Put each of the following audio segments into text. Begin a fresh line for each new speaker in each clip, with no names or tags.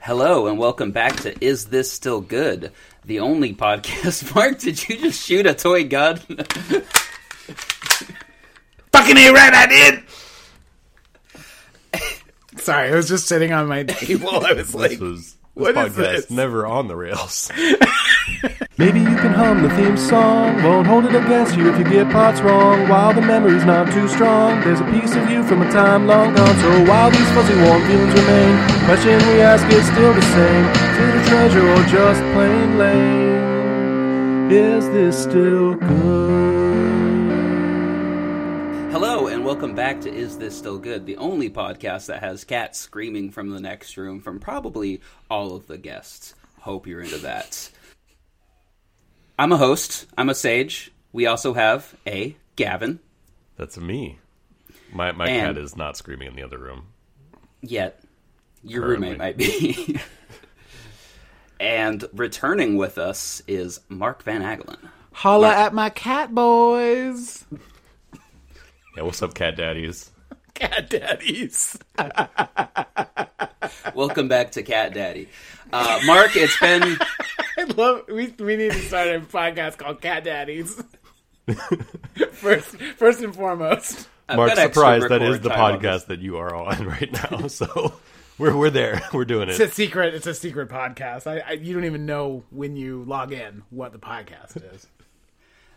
Hello and welcome back to Is This Still Good? The only podcast. Mark, did you just shoot a toy gun?
Fucking ain't right, I did. Sorry, I was just sitting on my table. I was like,
This was this
What
podcast
is this?
never on the rails.
Maybe you can hum the theme song. Won't hold it against you if you get parts wrong. While the memory's not too strong, there's a piece of you from a time long gone. So while these fuzzy warm feelings remain, question we ask is still the same: Is it a treasure or just plain lame? Is this still good?
Hello and welcome back to Is This Still Good? The only podcast that has cats screaming from the next room from probably all of the guests. Hope you're into that. I'm a host. I'm a sage. We also have a Gavin.
That's me. My my
And-
cat is not screaming in the other room.
Yet, your
Currently.
roommate might be. and returning with us is Mark Van Agelen.
holla at my cat boys,
Yeah, what's up, cat daddies?
cat daddies.
Welcome back to Cat Daddy. Uh, Mark, it's been
I love. We we need to start a podcast called Cat Daddies. first, first and foremost,
Mark,
got extra
surprised that is
record
the
time on
podcast that you are on right now. So we're we're there. We're doing
it's a
it.
secret. It's a secret podcast. I, I you don't even know when you log in what the podcast is.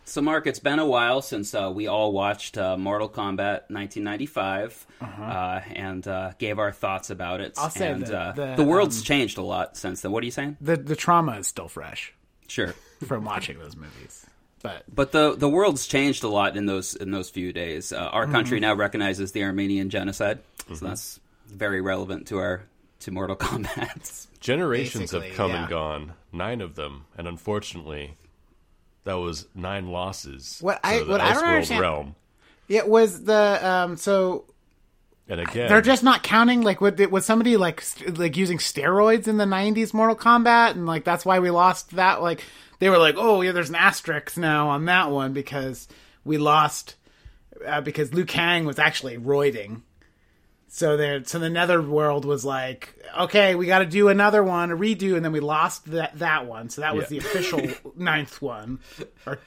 So, Mark, it's been a while since uh, we all watched uh, Mortal Kombat 1995 uh and uh, gave our thoughts about it.
Uh-huh. I'll say
and,
that
uh,
the, um,
the world's changed a lot since then. What are you saying?
The the trauma is still fresh
Sure,
from watching those movies, but
but the the world's changed a lot in those in those few days. Uh, our
Mm-hmm.
country now recognizes the Armenian genocide, so that's very relevant to our to Mortal Kombat.
Generations have
Basically,
come
yeah.
and gone. Nine of them, and unfortunately, that was nine losses.
What
to
I-
the
what I don't
Iceworld
understand-
realm.
it was the um. So
And again,
They're just not counting. Like, would, was somebody like st- like using steroids in the '90s Mortal Kombat, and like that's why we lost that? Like, they were like, "Oh, yeah, there's an asterisk now on that one because we lost uh, because Liu Kang was actually roiding." So there, so the Netherworld was like, "Okay, we got to do another one, a redo," and then we lost that that one. So that was
Yeah.
the official ninth one. Or,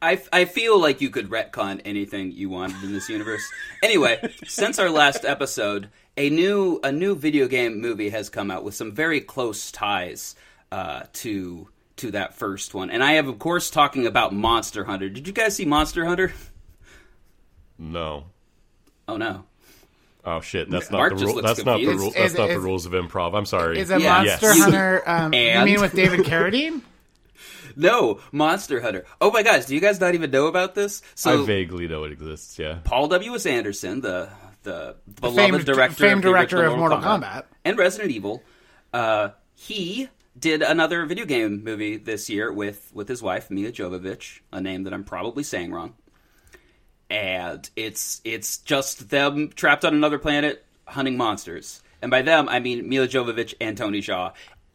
I, I feel like you could retcon anything you wanted in this universe. anyway, since our last episode, a new a new video game movie has come out with some very close ties uh, to to that first one, and I am of course talking about Monster Hunter. Did you guys see Monster Hunter?
no.
Oh no,
Oh shit! That's
Mark
not the
just
rule.
looks
That's not the
confused.
rule.
Is-
That's not
is-
the rules of improv. I'm sorry.
is a
Yeah.
Monster
Yes.
Hunter? Um, you
And-
mean with David Carradine?
no Monster Hunter. Oh my gosh, do you guys not even know about this?
I
So
vaguely know it exists. Yeah.
Paul W. S. Anderson, the the beloved
famed-
director,
famed
of the
director
original
of Mortal Kombat.
and Resident Evil, uh, he did another video game movie this year with with his wife Mia Jovovich, a name that I'm probably saying wrong. And it's it's just them trapped on another planet hunting monsters, and by them I mean Mila Jovovich and Tony Shaw.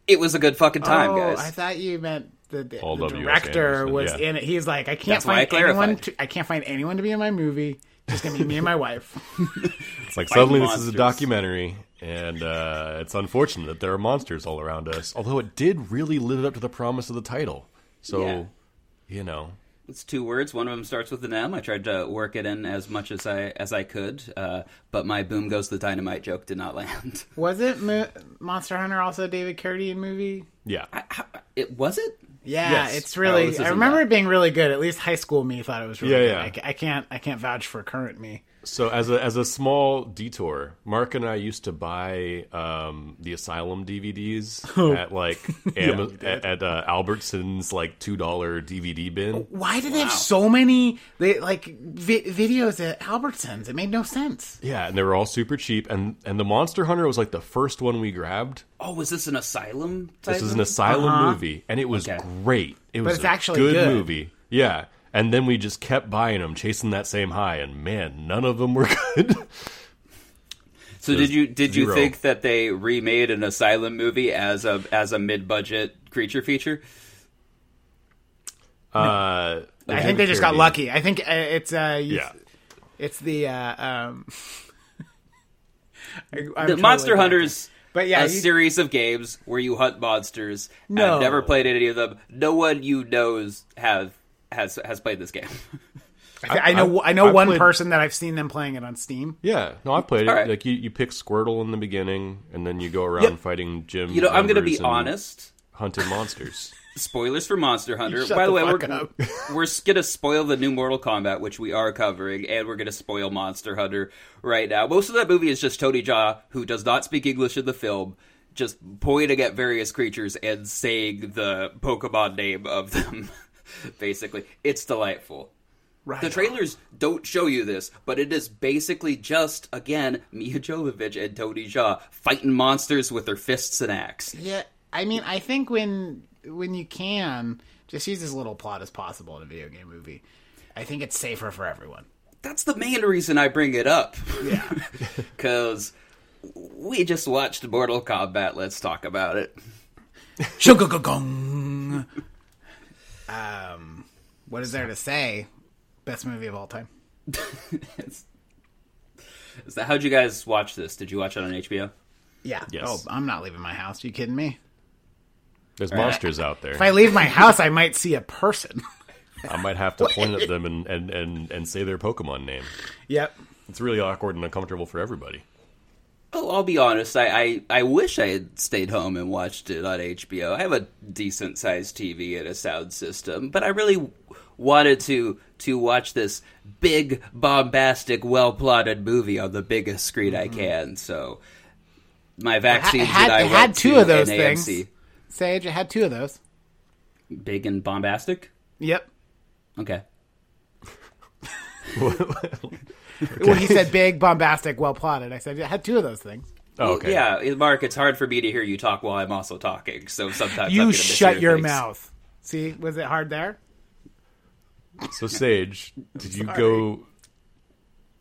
It was a good fucking time,
oh,
guys.
I thought you meant the, the,
All
the
W.S.
director
Anderson,
was
yeah.
in it. He's like, I can't
That's why I
find anyone.
clarified.
To, I can't find anyone to be in my movie. Just gonna be me and my wife.
It's like suddenly this is
monsters.
a documentary, and uh, it's unfortunate that there are monsters all around us. Although it did really live up to the promise of the title, so
Yeah.
you know,
It's two words. One of them starts with an M. I tried to work it in as much as I as I could, uh, but my boom goes the dynamite joke did not land.
Was it Mo- Monster Hunter also a David Carradine movie?
yeah.
it was it.
Yeah,
Yes.
it's
Oh,
really.
this
I
isn't
remember
that.
it being really good. At least high school me thought it was really
Yeah,
good.
yeah.
I ca- I, can't. I can't vouch for current me.
So as a as a small detour, Mark and I used to buy um, the Asylum DVDs
Oh.
at like Am- at, at uh, Albertsons like two dollar DVD
Oh.
bin.
Why did they have so many? They like vi- videos at Albertsons. It made no sense.
Yeah, and they were all super cheap. And and the Monster Hunter was like the first one we grabbed.
Oh, was this an asylum? Type
This is an
movie?
asylum movie, and it was
uh-huh. Okay.
great. It was
it's
a
actually
good,
good.
movie. Yeah, and then we just kept buying them, chasing that same high, and man, none of them were good.
So did you did you
zero.
think that they remade an asylum movie as a as a mid budget creature feature?
uh,
I think they just got lucky. I think uh, it's uh, you-
Yeah,
It's the uh, um, I, I'm
The Monster
totally
Hunters
But yeah,
a
you-
series of games where you hunt monsters.
No.
I've never played any of them. No one you knows have has has played this game.
I, know I,
I-
know
I
one
played-
person that I've seen them playing it on Steam.
Yeah, no, I played it.
All right.
Like you, you pick Squirtle in the beginning, and then you go around
Yep.
fighting Jim.
You know, I'm going to
Andrews
be
and
honest.
Hunting monsters.
Spoilers for Monster Hunter.
shut
By the,
the
way,
fuck
we're
up.
we're going to spoil the new Mortal Kombat, which we are covering, and we're going to spoil Monster Hunter right now. Most of that movie is just Tony Jaa, who does not speak English in the film, just pointing at various creatures and saying the Pokemon name of them. Basically, it's delightful.
Right.
The trailers don't show you this, but it is basically just again Mia Jovovich and Tony Jaa fighting monsters with their fists and axe.
Yeah, I mean, I think when when you can, just use as little plot as possible in a video game movie. I think it's safer for everyone.
That's the main reason I bring it up.
Yeah.
Because we just watched Mortal Kombat. Let's talk about it.
Shugugugong. um, what is there to say? Best movie of all time.
Is that- how'd you guys watch this? Did you watch it on HBO?
Yeah.
Yes.
Oh, I'm not leaving my house. You kidding me?
There's monsters out there.
If I leave my house, I might see a person.
I might have to point at them and, and, and, and say their Pokemon name.
yep.
It's really awkward and uncomfortable for everybody.
Oh, I'll be honest. I, I, I wish I had stayed home and watched it on HBO. I have a decent sized TV and a sound system, but I really wanted to to watch this big, bombastic, well plotted movie on the biggest screen I can. So my vaccines
had-
that I
Mm-hmm. it had
went
two
to
of those
and AMC.
things. Sage, I had two of those.
Big and bombastic.
Yep.
Okay.
Well, he said big, bombastic, well plotted. I said I had two of those things.
Oh, okay.
Yeah, it- Mark, it's hard for me to hear you talk while I'm also talking. So sometimes I'm
You
gonna
shut
mishear
your
things.
mouth. See, was it hard there?
So Sage, did you go?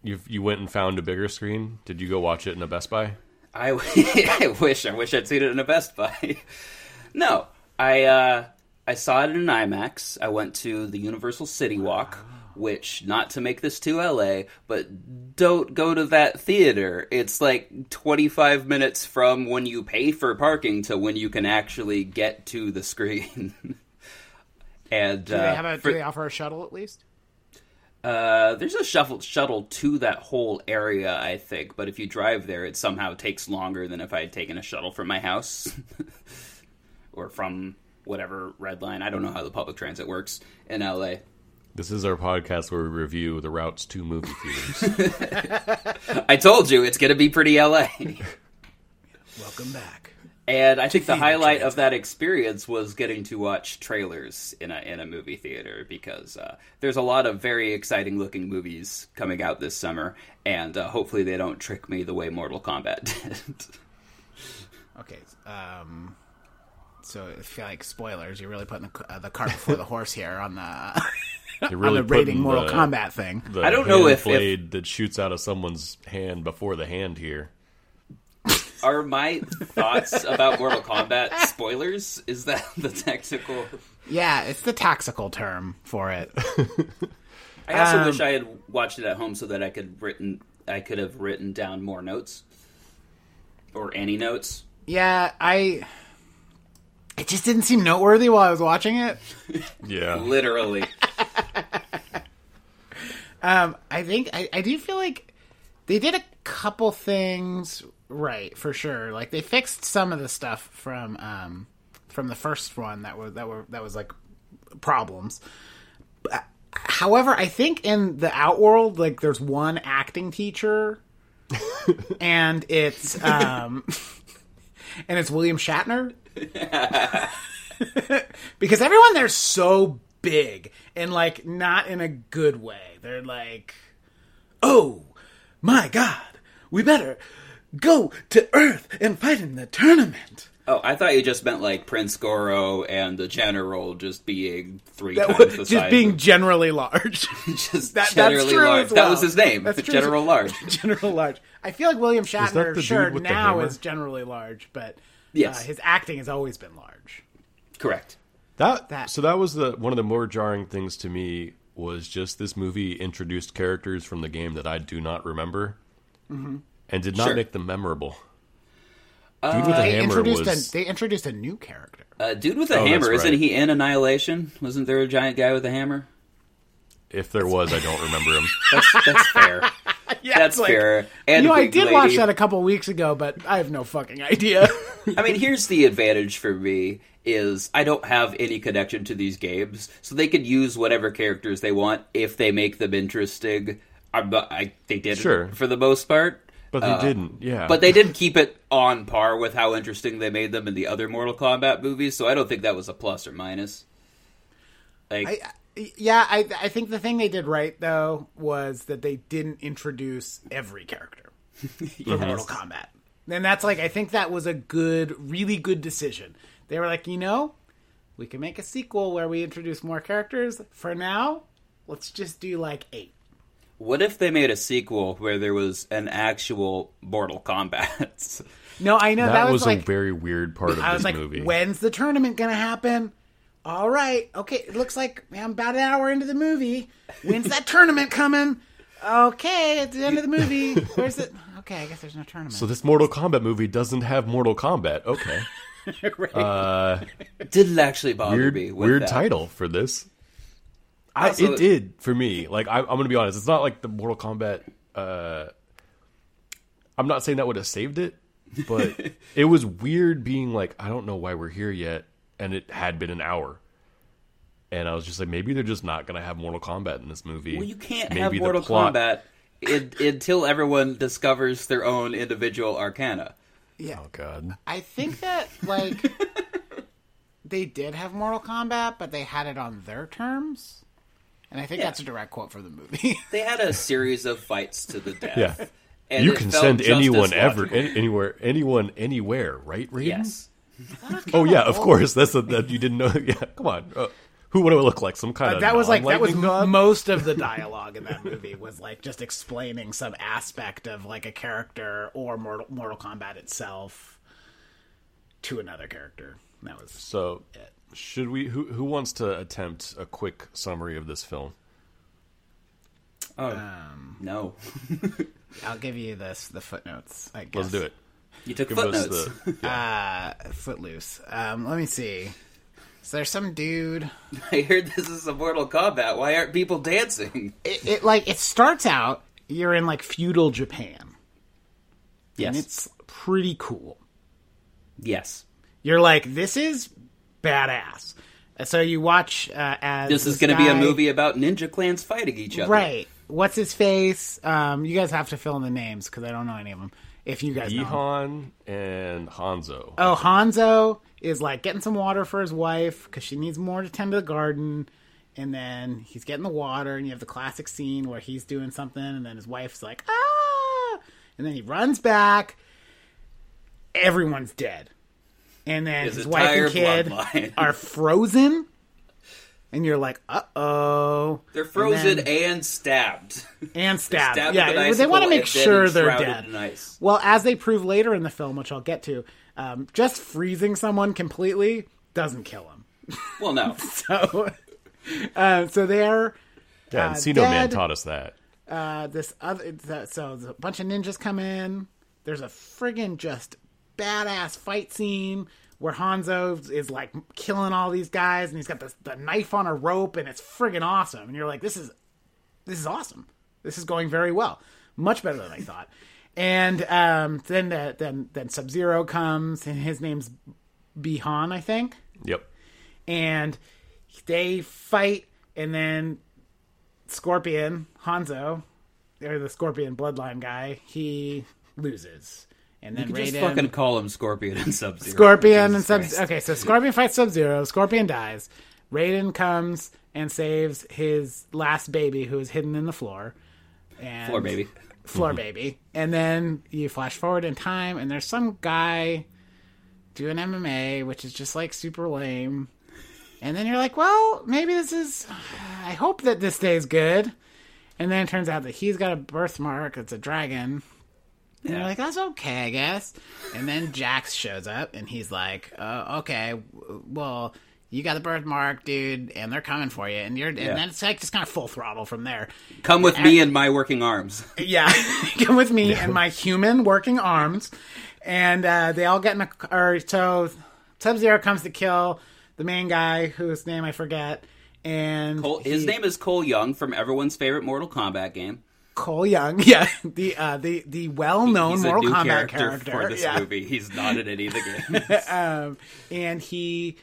You you went and found a bigger screen. Did you go watch it in a Best Buy?
I, I wish I wish I'd seen it in a Best Buy. no, I uh, I saw it in an IMAX. I went to the Universal City Walk, which not to make this too LA, but don't go to that theater. It's like 25 minutes from when you pay for parking to when you can actually get to the screen. and
Do they have
uh,
a?
for-
do they offer a shuttle at least?
Uh, there's a shuttle shuttle to that whole area, I think. But if you drive there, it somehow takes longer than if I had taken a shuttle from my house or from whatever red line. I don't know how the public transit works in LA.
This is our podcast where we review the routes to movie theaters.
I told you it's going to be pretty LA.
Welcome back.
And I think the highlight of that experience was getting to watch trailers in a in a movie theater because uh, there's a lot of very exciting looking movies coming out this summer, and uh, hopefully they don't trick me the way Mortal Kombat did.
Okay. Um, so I feel like spoilers. You're really putting the, c- uh, the cart before the horse here on the
You're
on the
putting
rating Mortal
the-
Kombat thing.
the
I don't know
hand
if- if-
blade that shoots out of someone's hand before the hand here.
Are my thoughts about Mortal Kombat spoilers? Is that the technical?
Yeah, it's the taxical term for it.
I also wish I had
Um,
watched it at home so that I could written I could have written down more notes or any notes.
yeah, I. It just didn't seem noteworthy while I was watching it.
Yeah.
Literally,
Um, I think I, I do feel like they did a couple things right for sure. Like they fixed some of the stuff from um from the first one that were that were that was like problems. But- However, I think in the Outworld, like there's one acting teacher, and it's um, and it's William Shatner because everyone there's so big and like not in a good way. They're like, "Oh my god, we better go to Earth and fight in the tournament."
oh, I thought you just meant like Prince Goro and the general just being three
That
times
was
the
just
size.
being
of-
generally large,
just
that- that's
generally
true
large.
as
That
well.
was his name,
That's true.
General Large.
general large. I feel like William
the
Shatner,
dude
sure,
with the
now
hammer?
is generally large, but
Yes.
uh, his acting has always been large.
Correct.
That,
That-
so that was the one of the more jarring things to me was just this movie introduced characters from
Mm-hmm.
the game that I do not remember and did not
Sure.
make them memorable. Dude with a
Uh, They
hammer
introduced
was
a they introduced a new character.
Uh, dude with a
Oh, that's
hammer, isn't
right.
he in Annihilation? Wasn't there a giant guy with a hammer?
if there was, I don't remember him.
That's, that's fair. that's
like,
fair. And
you know, I
Wig
did
Lady.
watch that a couple weeks ago, but I have no fucking idea.
I mean, here's the advantage for me is I don't have any connection to these games, so they can use whatever characters they want if they make them interesting. I'm not, I they did
Sure.
for the most part,
But they didn't. Yeah.
Uh, but they did keep it on par with how interesting they made them in the other Mortal Kombat movies. So I don't think that was a plus or minus. Like,
yeah, I I think the thing they did right though was that they didn't introduce every character in Mortal Kombat. And that's like I think that was a good, really good decision. They were like, you know, we can make a sequel where we introduce more characters. For now, let's just do like eight.
what if they made a sequel where there was an actual Mortal Kombat?
No, I know
that,
that,
was,
like
a very weird part of
I was
this
like,
movie.
when's the tournament gonna happen? All right, okay. It looks like I'm about an hour into the movie. When's that tournament coming? Okay, at the end of the movie. Where's it? Okay, I guess there's no tournament.
so this Mortal Kombat movie doesn't have Mortal Kombat. Okay.
did it actually bother
weird
me? With
weird
that?
title for this. I,
Also-
it did for me. Like I, I'm going to be honest, it's not like the Mortal Kombat. Uh, I'm not saying that would have saved it, but it was weird being like, I don't know why we're here yet, and it had been an hour, and I was just like, maybe they're just not going to have Mortal Kombat in this movie.
Well, you can't
maybe
have
the
Mortal
plot-
Kombat in, until everyone discovers their own individual arcana.
yeah,
Oh God,
I think that like they did have Mortal Kombat, but they had it on their terms. And I think that's a direct quote from the movie.
They had a series of fights to the death.
Yeah.
and
you
it
can
felt
send
just as
anyone ever,
logical.
an- anywhere, anyone anywhere, right? Raiden?
Yes.
Oh yeah, of course. That's the that you didn't know. Yeah, come on. Uh, who would it look like? Some kind of
Uh, that was like that was
non-lightning
most of the dialogue in that movie was like just explaining some aspect of like a character or Mortal, Mortal Kombat itself to another character. That was
So, should we? Who who wants to attempt a quick summary of this film?
Oh.
Um,
No.
I'll give you this the footnotes. I guess. Uh,
Let's do it.
You took
Give us
footnotes.
the.
Footloose. Um, let me see. So there's some dude.
I heard this is a Mortal Kombat. Why aren't people dancing?
It, it like it starts out you're in like feudal Japan and it's pretty cool.
Yes.
You're like this is badass. So you watch uh, as
This is going to be a
guy-
movie about ninja clans fighting each other.
Right. What's his face? Um, you guys have to fill in the names because I don't know any of them. If you guys know. 'em.
Ihan and Hanzo.
Uh,
Oh, Hanzo is like getting some water for his wife because she needs more to tend to the garden. And then he's getting the water, and you have the classic scene where he's doing something, and then his wife's like, ah! And then he runs back. Everyone's dead. And then
His
his wife and
entire
kid
bloodline.
are frozen. And you're like, uh oh.
They're frozen
And,
and,
then-
stabbed.
and stabbed.
stabbed
yeah,
with
they- they
icicle
want to make
and then
sure they're
shrouded
dead.
in ice.
Well, as they prove later in the film, which I'll get to, um, just freezing someone completely doesn't kill him.
Well, no.
So, uh, so there,
yeah, and
uh,
Sino Man
Dad-
taught us that.
uh, this other. So a bunch of ninjas come in. There's a friggin' just badass fight scene where Hanzo is like killing all these guys, and he's got this, the knife on a rope, and it's friggin' awesome. And you're like, this is this is awesome. This is going very well, much better than I thought. And um, then the, then then Sub Zero comes, and his name's Bihan, I think
Yep.
and they fight and then scorpion hanzo or the scorpion bloodline guy he loses and then
You just
Raiden-
fucking call him Scorpion and Sub-Zero.
scorpion and
Jesus
sub
Christ.
okay so scorpion fights sub zero scorpion dies raiden comes and saves his last baby who is hidden in the floor and
Floor baby.
floor baby and then you flash forward in time and there's some guy doing mma which is just like super lame and then you're like well maybe this is i hope that this stays good and then it turns out that he's got a birthmark it's a dragon and you're like that's okay i guess and then jax shows up and he's like uh, okay w- well you got the birthmark dude and they're coming for you and you're and
Yeah.
then it's like just kind of full throttle from there
Come with me and my working arms.
yeah, come with me and my human working arms. and uh, they all get in a car. So Sub Zero comes to kill the main guy whose name I forget. And
Cole, his
he-
name is Cole Young from everyone's favorite Mortal Kombat game.
Cole Young. Yeah, the uh, the the well known
He's
Mortal
a new
Kombat
character,
character
for this
yeah.
movie. He's not in any of the games.
um, and he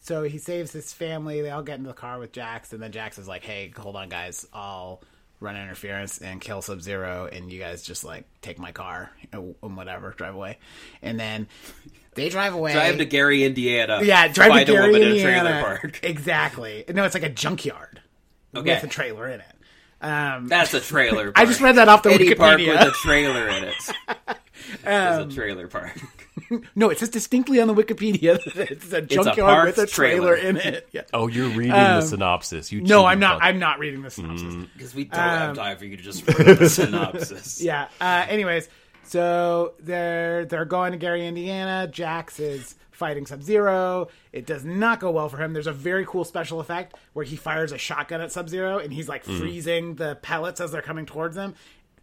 so he saves his family they all get into the car with jax and then jax is like hey hold on guys i'll run interference and kill sub zero and you guys just like take my car and and whatever drive away and then they drive away
drive to Gary, Indiana.
yeah drive
find
to
a
Gary,
woman in a
Indiana.
trailer park.
exactly no it's like a junkyard
Okay.
with a trailer in it um
That's a trailer. Park.
I just read that off the
Any park
Wikipedia. Um,
with a trailer in it is a trailer park.
no, it says distinctly on the Wikipedia that it's a junkyard
parked
with a trailer,
trailer.
in it. Yeah.
Oh, you're reading
Um,
the synopsis. You
No,
cheating
I'm not.
fuck.
I'm not reading the
Mm.
synopsis.
Because we don't have time for you to just read the synopsis.
um, Yeah. Uh, anyways, so they're they're going to Gary, Indiana. Jax is fighting Sub Zero. It does not go well for him. There's a very cool special effect where he fires a shotgun at Sub Zero and he's like freezing the pellets as they're coming towards him.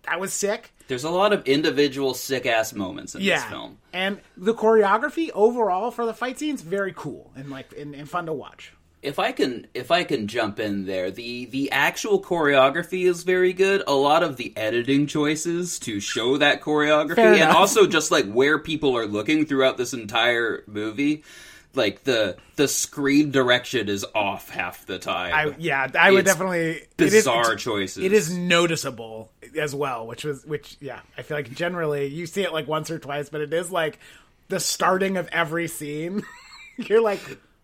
That was sick.
There's a lot of individual sick ass moments in
Yeah.
this film.
And the choreography overall for the fight scenes very cool and like and, and fun to watch.
If I can if I can jump in there, the the actual choreography is very good. A lot of the editing choices to show that choreography
Fair
and
enough.
also just like where people are looking throughout this entire movie. Like the the screen direction is off half the time.
I yeah, I would
It's
definitely
bizarre
it is,
choices.
It is noticeable as well, which was which yeah, I feel like generally you see it like once or twice, but it is like the starting of every scene. You're like,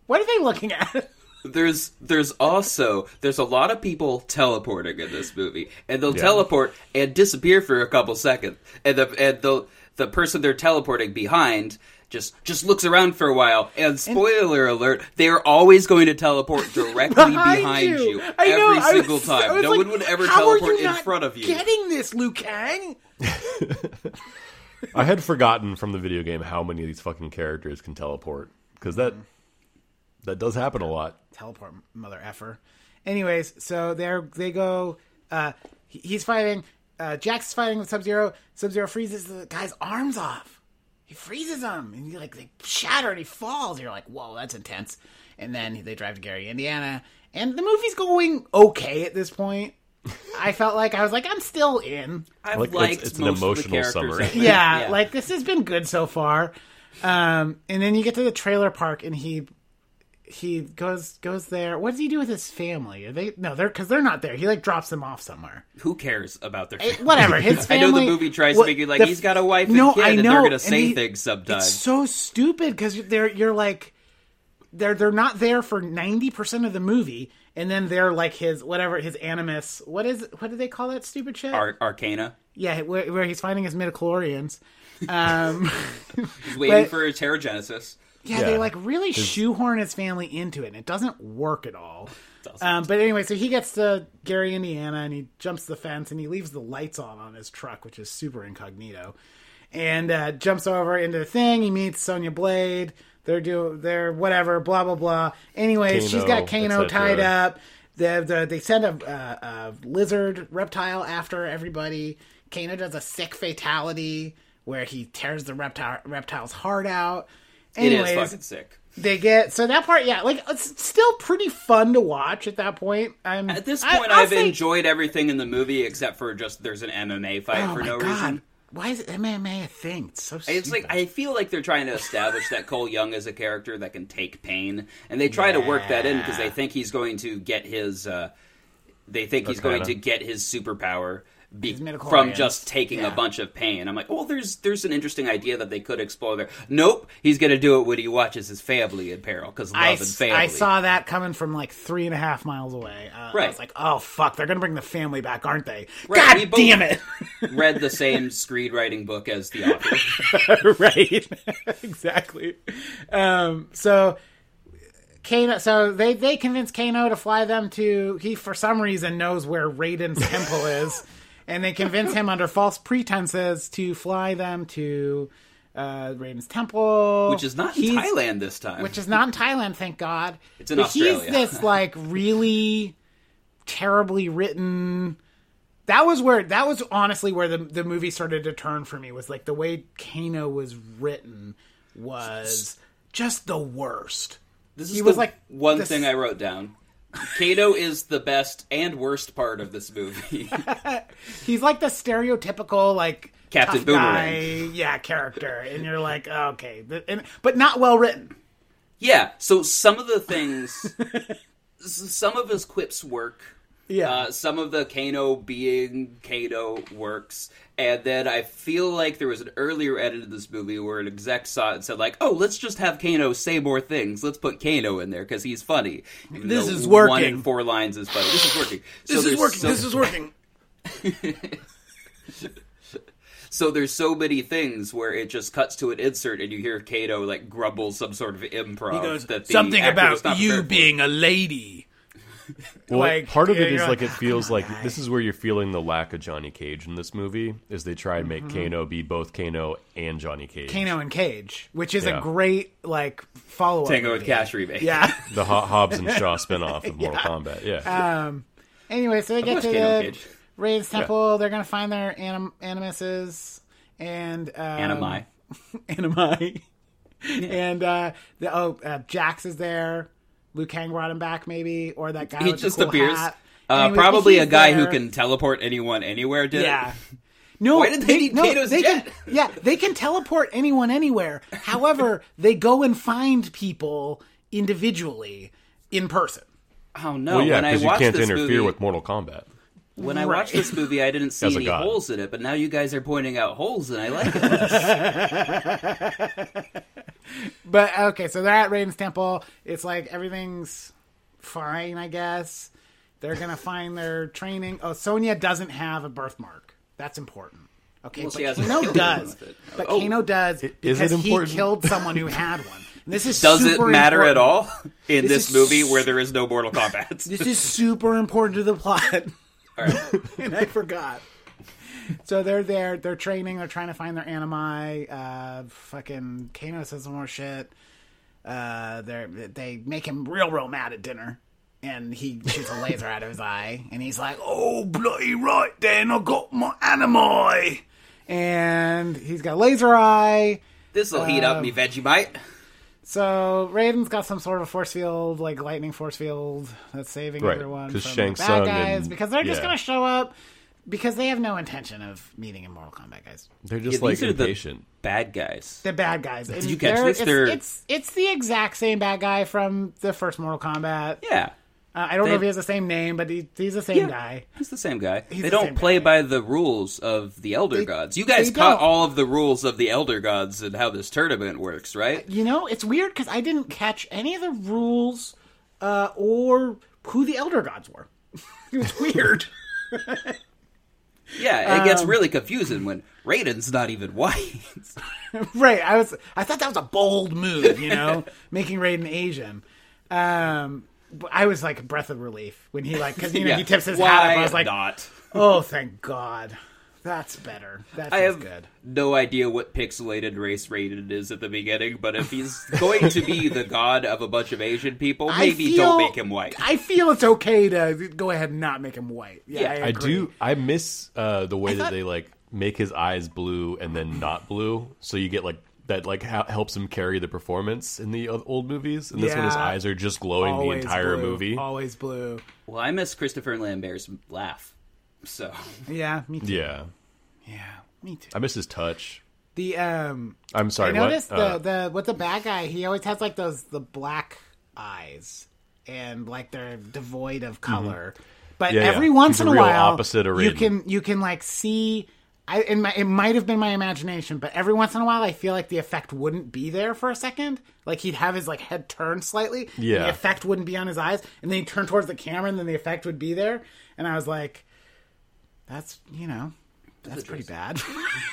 what are they looking at?
there's there's also there's a lot of people teleporting in this movie and they'll teleport and disappear for a couple seconds and the and the the person they're teleporting behind just just looks around for a while and spoiler alert they are always going to teleport directly behind, you,
I know,
every
I was-
single
I
time
was
no
like,
one would ever
how are
teleport
you
in
not
front of you
Getting this, Liu Kang.
I had forgotten from the video game how many of these fucking characters can teleport because that that does happen a lot.
teleport mother effer anyways so they're they go uh he- he's fighting uh jack's fighting with sub-zero sub-zero freezes the guy's arms off he freezes them and he like they shatter and he falls you're like whoa that's intense and then they drive to gary indiana and the movie's going okay at this point i felt like i was like i'm still in
I've
Like, it's-
liked
it's an
most of the
emotional
characters
summary.
in this.
yeah, like this has been good so far. Um, and then you get to the trailer park, and he he goes goes there. What does he do with his family? Are they no? They're because they're not there. He like drops them off somewhere.
who cares about their
It- whatever. His
I
family.
know the movie tries
what-
to make you like
the-
he's got a wife and
no,
kid
I
and
know,
they're gonna
and
say
he-
things sometimes
It's so stupid because they're you're like they're they're not there for ninety percent of the movie, and then they're like his whatever his animus. What is what do they call that stupid shit?
Ar- Arcana
Yeah, where, where he's finding his midichlorians. Um,
he's waiting
But-
for his hair genesis
Yeah,
Yeah.
they like really shoehorn his family into it, and it doesn't work at all.
Doesn't.
Um, but anyway, so he gets to Gary, Indiana, and he jumps the fence and he leaves the lights on on his truck, which is super incognito, and uh, jumps over into the thing. He meets Sonya Blade. They're do they're whatever, blah blah blah. Anyways, she's got
Kano,
Kano
et cetera.
tied up. The, the, they send a, a, a lizard reptile after everybody. Kano does a sick fatality where he tears the reptile reptile's heart out.
it is
Anyways,
fucking sick
they get so that part, yeah, like it's still pretty fun to watch at that point. I'm
At this
I-
point,
I'll
I, have
say-
enjoyed everything in the movie except for just there's an MMA fight
Oh
for
my
no
god,
reason.
why is it MMA a thing? It's so
It's like I feel like they're trying to establish that Cole Young is a character that can take pain, and they try to work that in because they think he's going to get his. Uh, they think he's going to
Arcana.
get his superpower be-
midichlorians.
from just taking
Yeah.
a bunch of pain. I'm like, well, there's there's an interesting idea that they could explore there. Nope, he's going to do it when he watches his family in peril because love
I,
and
s-
family.
I saw that coming from like three and a half miles away. Uh, I was
Right.
like, oh fuck, they're gonna bring the family back, aren't they?
Right, we
god
both-
damn it!
read the same screenwriting book as the author.
right exactly um so Kano, so they they convince Kano to fly them to. He for some reason knows where Raiden's temple is, and they convince him under false pretenses to fly them to uh, Raiden's temple,
which is not in
He's-
Thailand this time.
which is not in Thailand, thank God. It's
in
but
Australia.
He's this like really terribly written that was where that was honestly where the the movie started to turn for me was like the way Kano was written was just the worst.
This is
He
the
was like
one
this-
thing I wrote down. Kato is the best and worst part of this movie.
He's like the stereotypical like
Captain
tough
Boomerang.
guy, yeah, character, and you're like, okay, but, and, but not well written.
yeah, so some of the things, s- some of his quips work.
Yeah,
Uh, some of the Kano being Kato works, and then I feel like there was an earlier edit of this movie where an exec saw it and said, "Like, oh, let's just have Kano say more things. Let's put Kano in there because he's funny." Even
This
though
is
One
working.
in four lines is funny. This is working. So
this is
there's
working.
so-
this is working.
So there's so many things where it just cuts to an insert and you hear Kato like grumble some sort of improv that the actor was not prepared for.
a lady.
Well,
Like,
part of
yeah,
it is
you're
like
like,
it feels
"Oh
like this is where you're feeling the lack of Johnny Cage in this movie. Is they try and make
Mm-hmm.
Kano be both Kano and Johnny Cage.
Kano and Cage, which is
Yeah.
a great like follow up.
Tango and Cash remake.
Yeah.
the Ho- Hobbs and Shaw spinoff of Mortal Kombat. Yeah,
Oh,
Anyway, so they get
watched
to
Kano
the
Cage.
Raid's temple. They're gonna find their anim- animuses and um,
Animi.
animi. And uh, the, oh, uh, Jax is there. Liu Kang brought him back, maybe, or that guy.
He
with the
just
cool
appears.
hat.
Uh,
Anyway,
probably
he's
a guy who
there.
can teleport anyone anywhere. Did it?
Yeah. No,
Why did they need
no,
Kato's
they
jet?
Can, yeah, they can teleport anyone anywhere. However, they go and find people individually in person.
Oh no!
well, yeah,
when I
because you
watched
can't
this
interfere
movie,
with Mortal Kombat.
when I watched this movie, I didn't see
As a
any
god.
holes in it. But now you guys are pointing out holes, and I like it.
But okay, so they're at Raiden's temple. It's like everything's fine, I guess. They're gonna find their training. Oh, Sonya doesn't have a birthmark. That's important. Okay,
she
but
hasn't
Kano
killed anyone
does.
with it.
But
Oh.
Kano does
is
because
it
he
important?
killed someone who had one. And this is
Does it
super
matter at
important.
all in
This
this,
is
movie
s-
where there is no Mortal Kombat?
This is super important to the plot.
all right.
and I forgot. So they're there, they're training, they're trying to find their animi. Uh, fucking Kano says some more shit. Uh, they they make him real, real mad at dinner, and he shoots a laser out of his eye, and he's like, "Oh bloody right, then I got my animi," and he's got laser eye.
This will heat
Um,
up me Vegemite.
So Raiden's got some sort of force field, like lightning force field, that's saving
Right,
everyone from
'cause Shang
the bad
Tsung
guys
and-
because they're just
yeah.
gonna show up because they have no intention of meeting in Mortal Kombat guys.
They're just
Yeah,
like
these are the
impatient.
bad guys.
The bad guys. Did
you catch this?
It's,
They're-
it's it's the exact same bad guy from the first Mortal Kombat.
Yeah.
Uh, I don't
They-
know if he has the same name, but he, he's the same
Yeah.
guy.
He's the same guy. they
the
don't
same
play
guy.
by the rules of the Elder Gods. You guys
they
caught
don't.
all of the rules of the Elder Gods and how this tournament works, right?
You know, it's weird because I didn't catch any of the rules uh, or who the Elder Gods were. it was weird.
Yeah, it
Um,
gets really confusing when Raiden's not even white.
Right. I was. I thought that was a bold move. You know, making Raiden Asian. Um, but I was like a breath of relief when he like because you know
yeah.
he tips his
Why
hat up. I was like,
not?
oh, thank God, that's better. That feels
I have
good.
no idea what pixelated race Raiden is at the beginning, but if he's going to be the god of a bunch of Asian people,
I
maybe
feel-
don't make him white.
I feel it's okay to go ahead and not make him white. Yeah,
Yeah,
I,
I
I
agree.
do. I miss uh, the way that
thought-
they like make his eyes blue and then not blue, so you get like that like ha- helps him carry the performance in the o- old movies. And this one, his
Yeah.
eyes are just glowing
Always
the entire
blue,
movie.
Always blue.
Well, I miss Christopher Lambert's laugh. So
Yeah, me too.
Yeah,
Yeah, me too.
I miss his touch.
The um,
I'm sorry.
I noticed
what?
the
Uh,
the with the bad guy, he always has like those the black eyes, and like they're devoid of color. But
Mm-hmm. Yeah, yeah.
every once
He's a
in a,
real
while,
opposite of
you
Raiden.
can you can like see. I, in my, it might have been my imagination, but every once in a while, I feel like the effect wouldn't be there for a second. Like he'd have his like head turned slightly, and
Yeah.
the effect wouldn't be on his eyes, and then he'd turn towards the camera, and then the effect would be there. And I was like, "That's you know, that's pretty bad."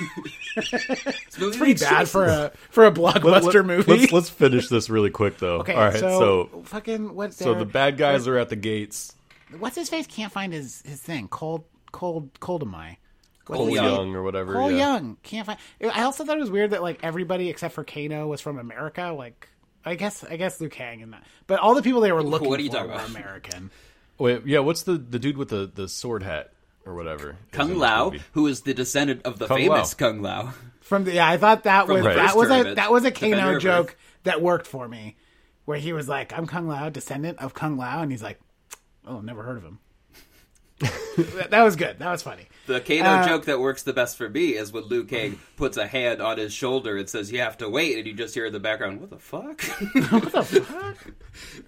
it's
pretty bad for a for a blockbuster movie.
Let's let's finish this really quick though.
okay,
All right,
so,
so
fucking what's
so the bad guys are at the gates.
what's his face can't find his his thing. Cold cold cold am I? What's
Cole
his
Young.
Cole
name?
Young or whatever.
Cole
yeah.
Young can't find. I also thought it was weird that like everybody except for Kano was from America. Like I guess I guess Liu Kang and that, but all the people they were looking
What are you
for
talking
were
about?
American.
Wait, yeah. What's the the dude with the the sword hat? or whatever. is
Kung
in this
Lao,
movie.
who is the descendant of the
Kung
famous
Lao.
Kung Lao.
From the yeah, I thought that was
the
that
first
was a
tournament,
that was a
Defender
Kano
of
joke
Earth.
that worked for me, where he was like, "I'm Kung Lao, descendant of Kung Lao," and he's like, "Oh, never heard of him." that, that was good. That was funny.
The Kano
Uh,
joke that works the best for me is when Liu Kang puts a hand on his shoulder and says, "You have to wait," and you just hear in the background, "What the fuck?"
What the fuck?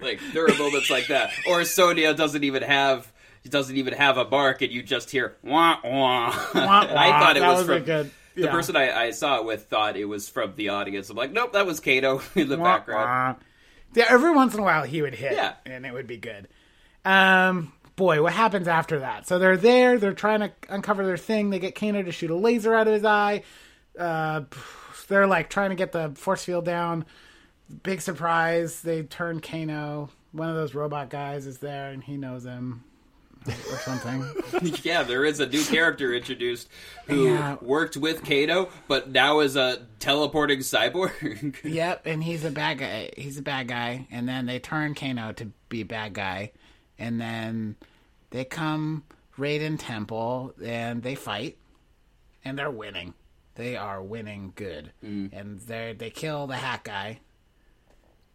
like there are moments like that, or Sonia doesn't even have doesn't even have a bark, and you just hear wah wah. And I
wah.
thought it
That
was,
was a
from
good-
the
yeah.
person I, I saw it with thought it was from the audience. I'm like, nope, that was Kano in the
Wah,
background.
wah. Yeah, every once in a while he would hit,
Yeah.
and it would be good. Um, boy, what happens after that? So they're there, they're trying to uncover their thing. They get Kano to shoot a laser out of his eye. Uh, they're like trying to get the force field down. Big surprise! They turn Kano. One of those robot guys is there, and he knows him or something.
yeah, there is a new character introduced who
Yeah.
worked with Kano, but now is a teleporting cyborg.
Yep, and he's a bad guy. He's a bad guy, and then they turn Kano to be a bad guy, and then they come Raiden Temple and they fight, and they're winning. They are winning good, and they they kill the Hat Guy,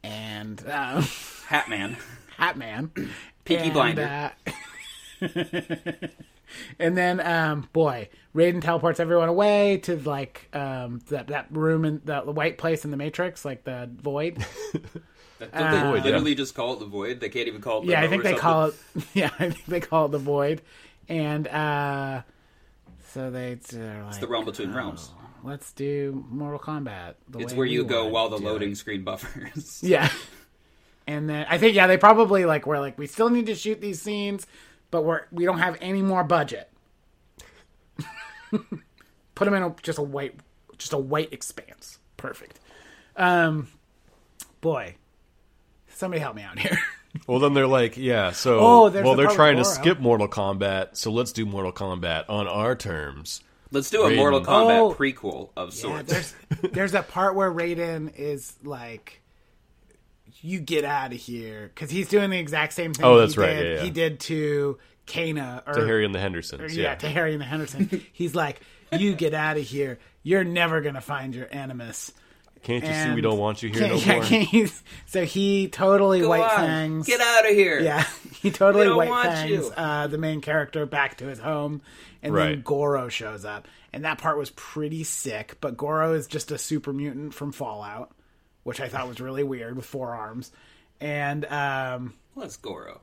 and uh,
Hat Man.
Hat Man,
Peaky
and,
Blinder.
uh, and then, um, boy, Raiden teleports everyone away to like um, that that room in that white place in the Matrix, like the void. Ah.
Don't they
Void, yeah.
literally just call it the void? They can't even call it the
yeah, I
void
think
or
they
something?
call it. Yeah, I think they call it the void, and uh, so they they're like,
the realm between realms.
let's do Mortal Kombat. the
It's
way
where
we
you go
would
while the
do
loading
it."
screen buffers.
Yeah, and then I think yeah, they probably like were like, we still need to shoot these scenes, but we're we don't have any more budget. Put them in a, just a white, just a white expanse. Perfect. Um, boy, somebody help me out here.
Well, then they're like, yeah. So,
Oh, there's
well,
the
they're
Total
trying to
War out.
skip Mortal Kombat, so let's do Mortal Kombat on our terms.
Let's do a Mortal Kombat
Oh.
prequel of
Yeah,
sorts.
there's there's a part where Raiden is like, "You get out of here," because he's doing the exact same thing.
Oh,
he
that's right,
did-
yeah, yeah.
He did to Kana or
To Harry and the Hendersons.
yeah,
Yeah.
to Harry and the Henderson. he's like, "You get out of here. You're never gonna find your animus."
Can't you see
And-
we don't want you here
Can't-
no
yeah,
more?
can't you- so he totally
Go
white
on,
fangs.
Get out of here.
Yeah, he totally
We don't
white
want
fangs
you.
uh, the main character back to his home, and then
Right.
Goro shows up, and that part was pretty sick. But Goro is just a super mutant from Fallout, which I thought was really weird with four arms, and um,
Let's Goro.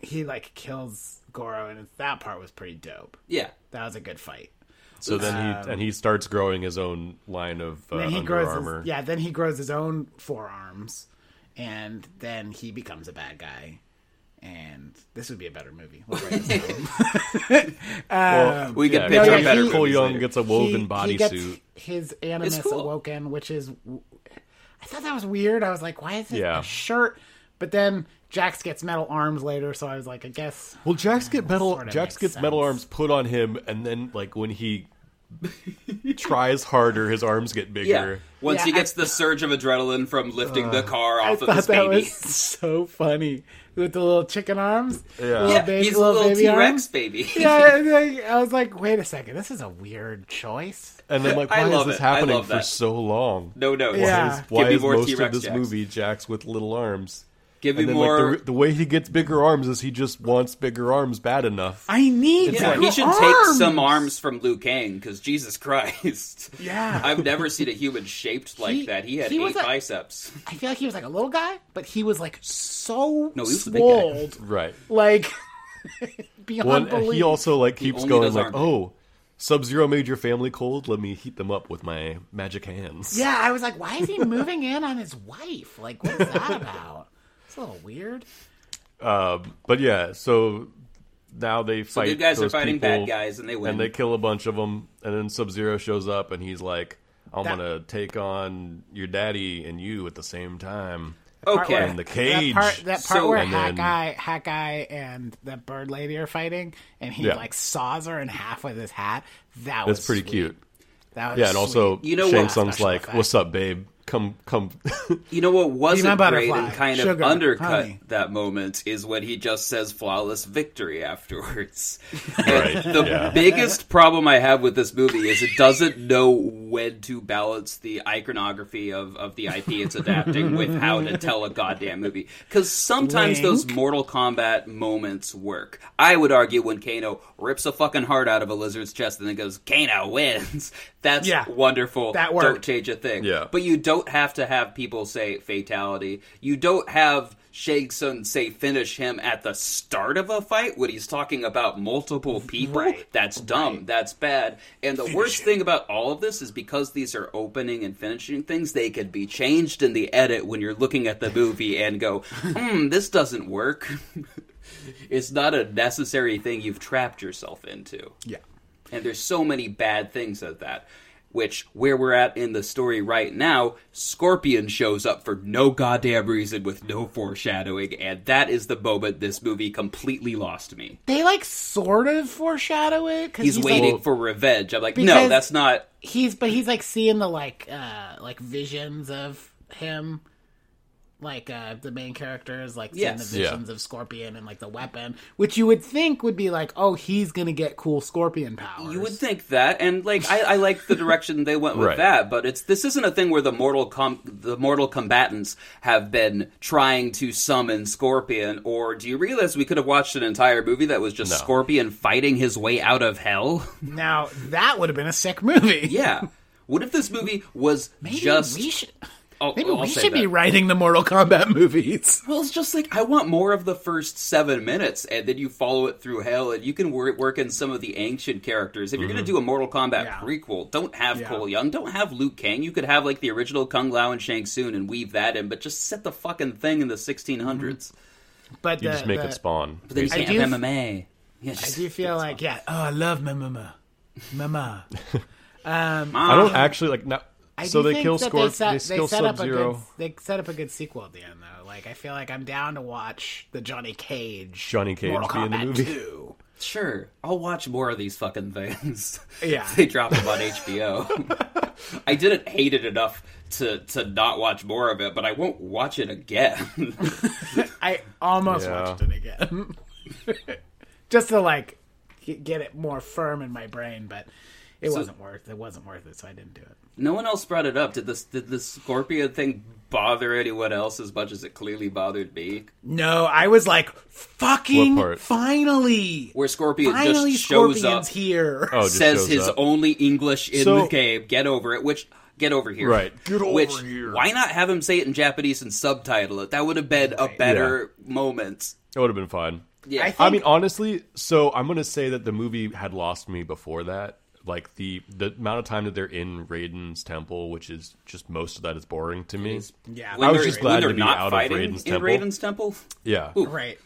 he like kills Goro, and that part was pretty dope.
Yeah.
That was a good fight.
So then he and he starts growing his own line of uh,
Um, then he
Under
grows
Armour.
His, yeah then he grows his own forearms and then he becomes a bad guy and this would be a better movie We'll write this down.
Well,
We could
yeah,
picture
Cole-
yeah, better
Cole
movies
Young
later.
gets a woven
He- he gets
bodysuit.
his animus
It's cool.
awoken which is i thought that was weird i was like why is it
Yeah.
a shirt but then jax gets metal arms later so i was like i guess
Well, Jax get metal.
sorta
Jax
makes
gets metal
sense.
arms put on him, and then like when he tries harder, his arms get
Yeah.
bigger.
Once
Yeah,
he
I-
gets the surge of adrenaline from lifting the car
I
off of
thought
this
that
baby.
was so funny with the little chicken arms.
Yeah.
yeah,
little baby,
he's a little
baby
T
arms.
Rex baby.
yeah, and I, I was like, wait a second, this is a weird choice.
And then like,
I
why is
love
this
it. I
happening
love
for
that.
so long?
No, no.
Yeah.
Why is,
Give
why
me
is
more
most
T-Rex
of this
Jax.
movie Jax with little arms?
Give me
And then
more.
like the, the way he gets bigger arms is he just wants bigger arms bad enough.
I need
yeah,
bigger
he should take
arms.
some arms from Liu Kang because Jesus Christ.
Yeah.
I've never seen a human shaped like
He-
that. He had
he was
eight
a-
biceps.
I feel like he was like a little guy, but he was like so
No, he was a big guy.
swolled,
Right.
like beyond
Well, and
belief.
he also like keeps
only
going
does
like,
arm pain.
"Oh, Sub Zero made your family cold. Let me heat them up with my magic hands."
yeah, I was like, why is he moving in on his wife? Like, what's that about? It's a little weird.
Um, But yeah, so now they fight.
good guys are
those
fighting
people,
bad guys, and they win.
and they kill a bunch of them. And then Sub Zero shows up, and he's like, "I'm
That-
gonna take on your daddy and you at the same time."
Part
Okay.
where-
And the cage.
That part, that part
So-
where
And
Hat
then-
Guy, Hat Guy, and the Bird Lady are fighting, and he
Yeah.
like saws her in half with his hat. That
That's
was
pretty
sweet.
cute.
That was
Yeah, and also
sweet.
You know
Shang
what?
Tsung's
Special
like,
effect.
"What's up, babe?" come come
You know what wasn't great
butterfly,
and kind
sugar,
of undercut
honey.
that moment is when he just says flawless victory afterwards.
Right,
the
yeah.
biggest problem I have with this movie is it doesn't know when to balance the iconography of, of the IP it's adapting with how to tell a goddamn movie. Because sometimes those Mortal Kombat moments work. I would argue when Kano rips a fucking heart out of a lizard's chest and then goes, Kano wins. That's
Yeah.
wonderful.
That
Don't
worked.
change a thing.
Yeah.
But you don't have to have people say fatality. You don't have Shagson say finish him at the start of a fight when he's talking about multiple people. That's dumb. That's bad. And the worst thing about all of this is because these are opening and finishing things, they could be changed in the edit when you're looking at the movie and go, hmm, this doesn't work. it's not a necessary thing you've trapped yourself into.
Yeah.
And there's so many bad things of that. Which, where we're at in the story right now, Scorpion shows up for no goddamn reason with no foreshadowing, and that is the moment this movie completely lost me.
They like sort of foreshadow it because
He's, waiting
Like,
for revenge. I'm like, no,
Because-
that's not.
he's but he's like seeing the like uh like visions of him. Like uh the main character is like seeing
Yes.
the
Yeah.
visions of Scorpion and like the weapon, which you would think would be like, oh, he's gonna get cool Scorpion powers.
You would think that, and like I, I like the direction they went with
Right.
that, but it's this isn't a thing where the mortal com- the mortal combatants have been trying to summon Scorpion. Or do you realize we could have watched an entire movie that was just
No.
Scorpion fighting his way out of hell?
Now that would have been a sick movie.
Yeah. What if this movie was
maybe
just?
we should.
I'll-
Maybe
I'll
we
say
should be
that.
writing the Mortal Kombat movies.
Well, it's just like I want more of the first seven minutes, and then you follow it through hell, and you can wor- work in some of the ancient characters. If you're
Mm-hmm.
going to do a Mortal Kombat
Yeah.
prequel, don't have
Yeah.
Cole Young, don't have Luke Kang. You could have like the original Kung Lao and Shang Tsung, and weave that in, but just set the fucking thing in the 1600s.
But
you
the,
just make
the,
it spawn.
But then you
Mm-hmm. I
can't
do
have
f-
MMA. Yeah, just,
I do feel like yeah. Oh, I love my mama, mama.
I don't actually like now.
I
So
do
they
think
kill
that
Scorp.
set-
They, kill
set
Sub
up a good-
Zero.
They set up a good sequel at the end, though. Like I feel like I'm down to watch the Johnny Cage,
Johnny Cage
Mortal
be in the
Kombat
movie?
2.
Sure, I'll watch more of these fucking things.
Yeah.
they dropped them on HBO. I didn't hate it enough to to not watch more of it, but I won't watch it again.
I almost
Yeah.
watched it again, just to like g- get it more firm in my brain, but it wasn't worth. It wasn't worth it, so I didn't do it.
no one else brought it up. Did this did the Scorpio thing bother anyone else as much as it clearly bothered me?
No, I was like,
What
fucking
part?
finally.
Where Scorpion
Finally,
just shows
Scorpion's
up,
here.
Oh, just
says
shows
his
up.
only English in
So-
the game. Get over it. Which. Get over here.
Right.
Get over Which, here. Why not have him say it in Japanese and subtitle it? That would have been a better moment.
It would have been fun.
Yeah.
I
I
think-
mean, honestly, so I'm gonna say that the movie had lost me before that. Like the the amount of time that they're in Raiden's temple, which is just most of that is boring to me.
Yeah,
when
I was
they're-
just
when
glad
they're
to be
not
out of
fighting
Raiden's
in
temple.
Raiden's temple.
Yeah.
right.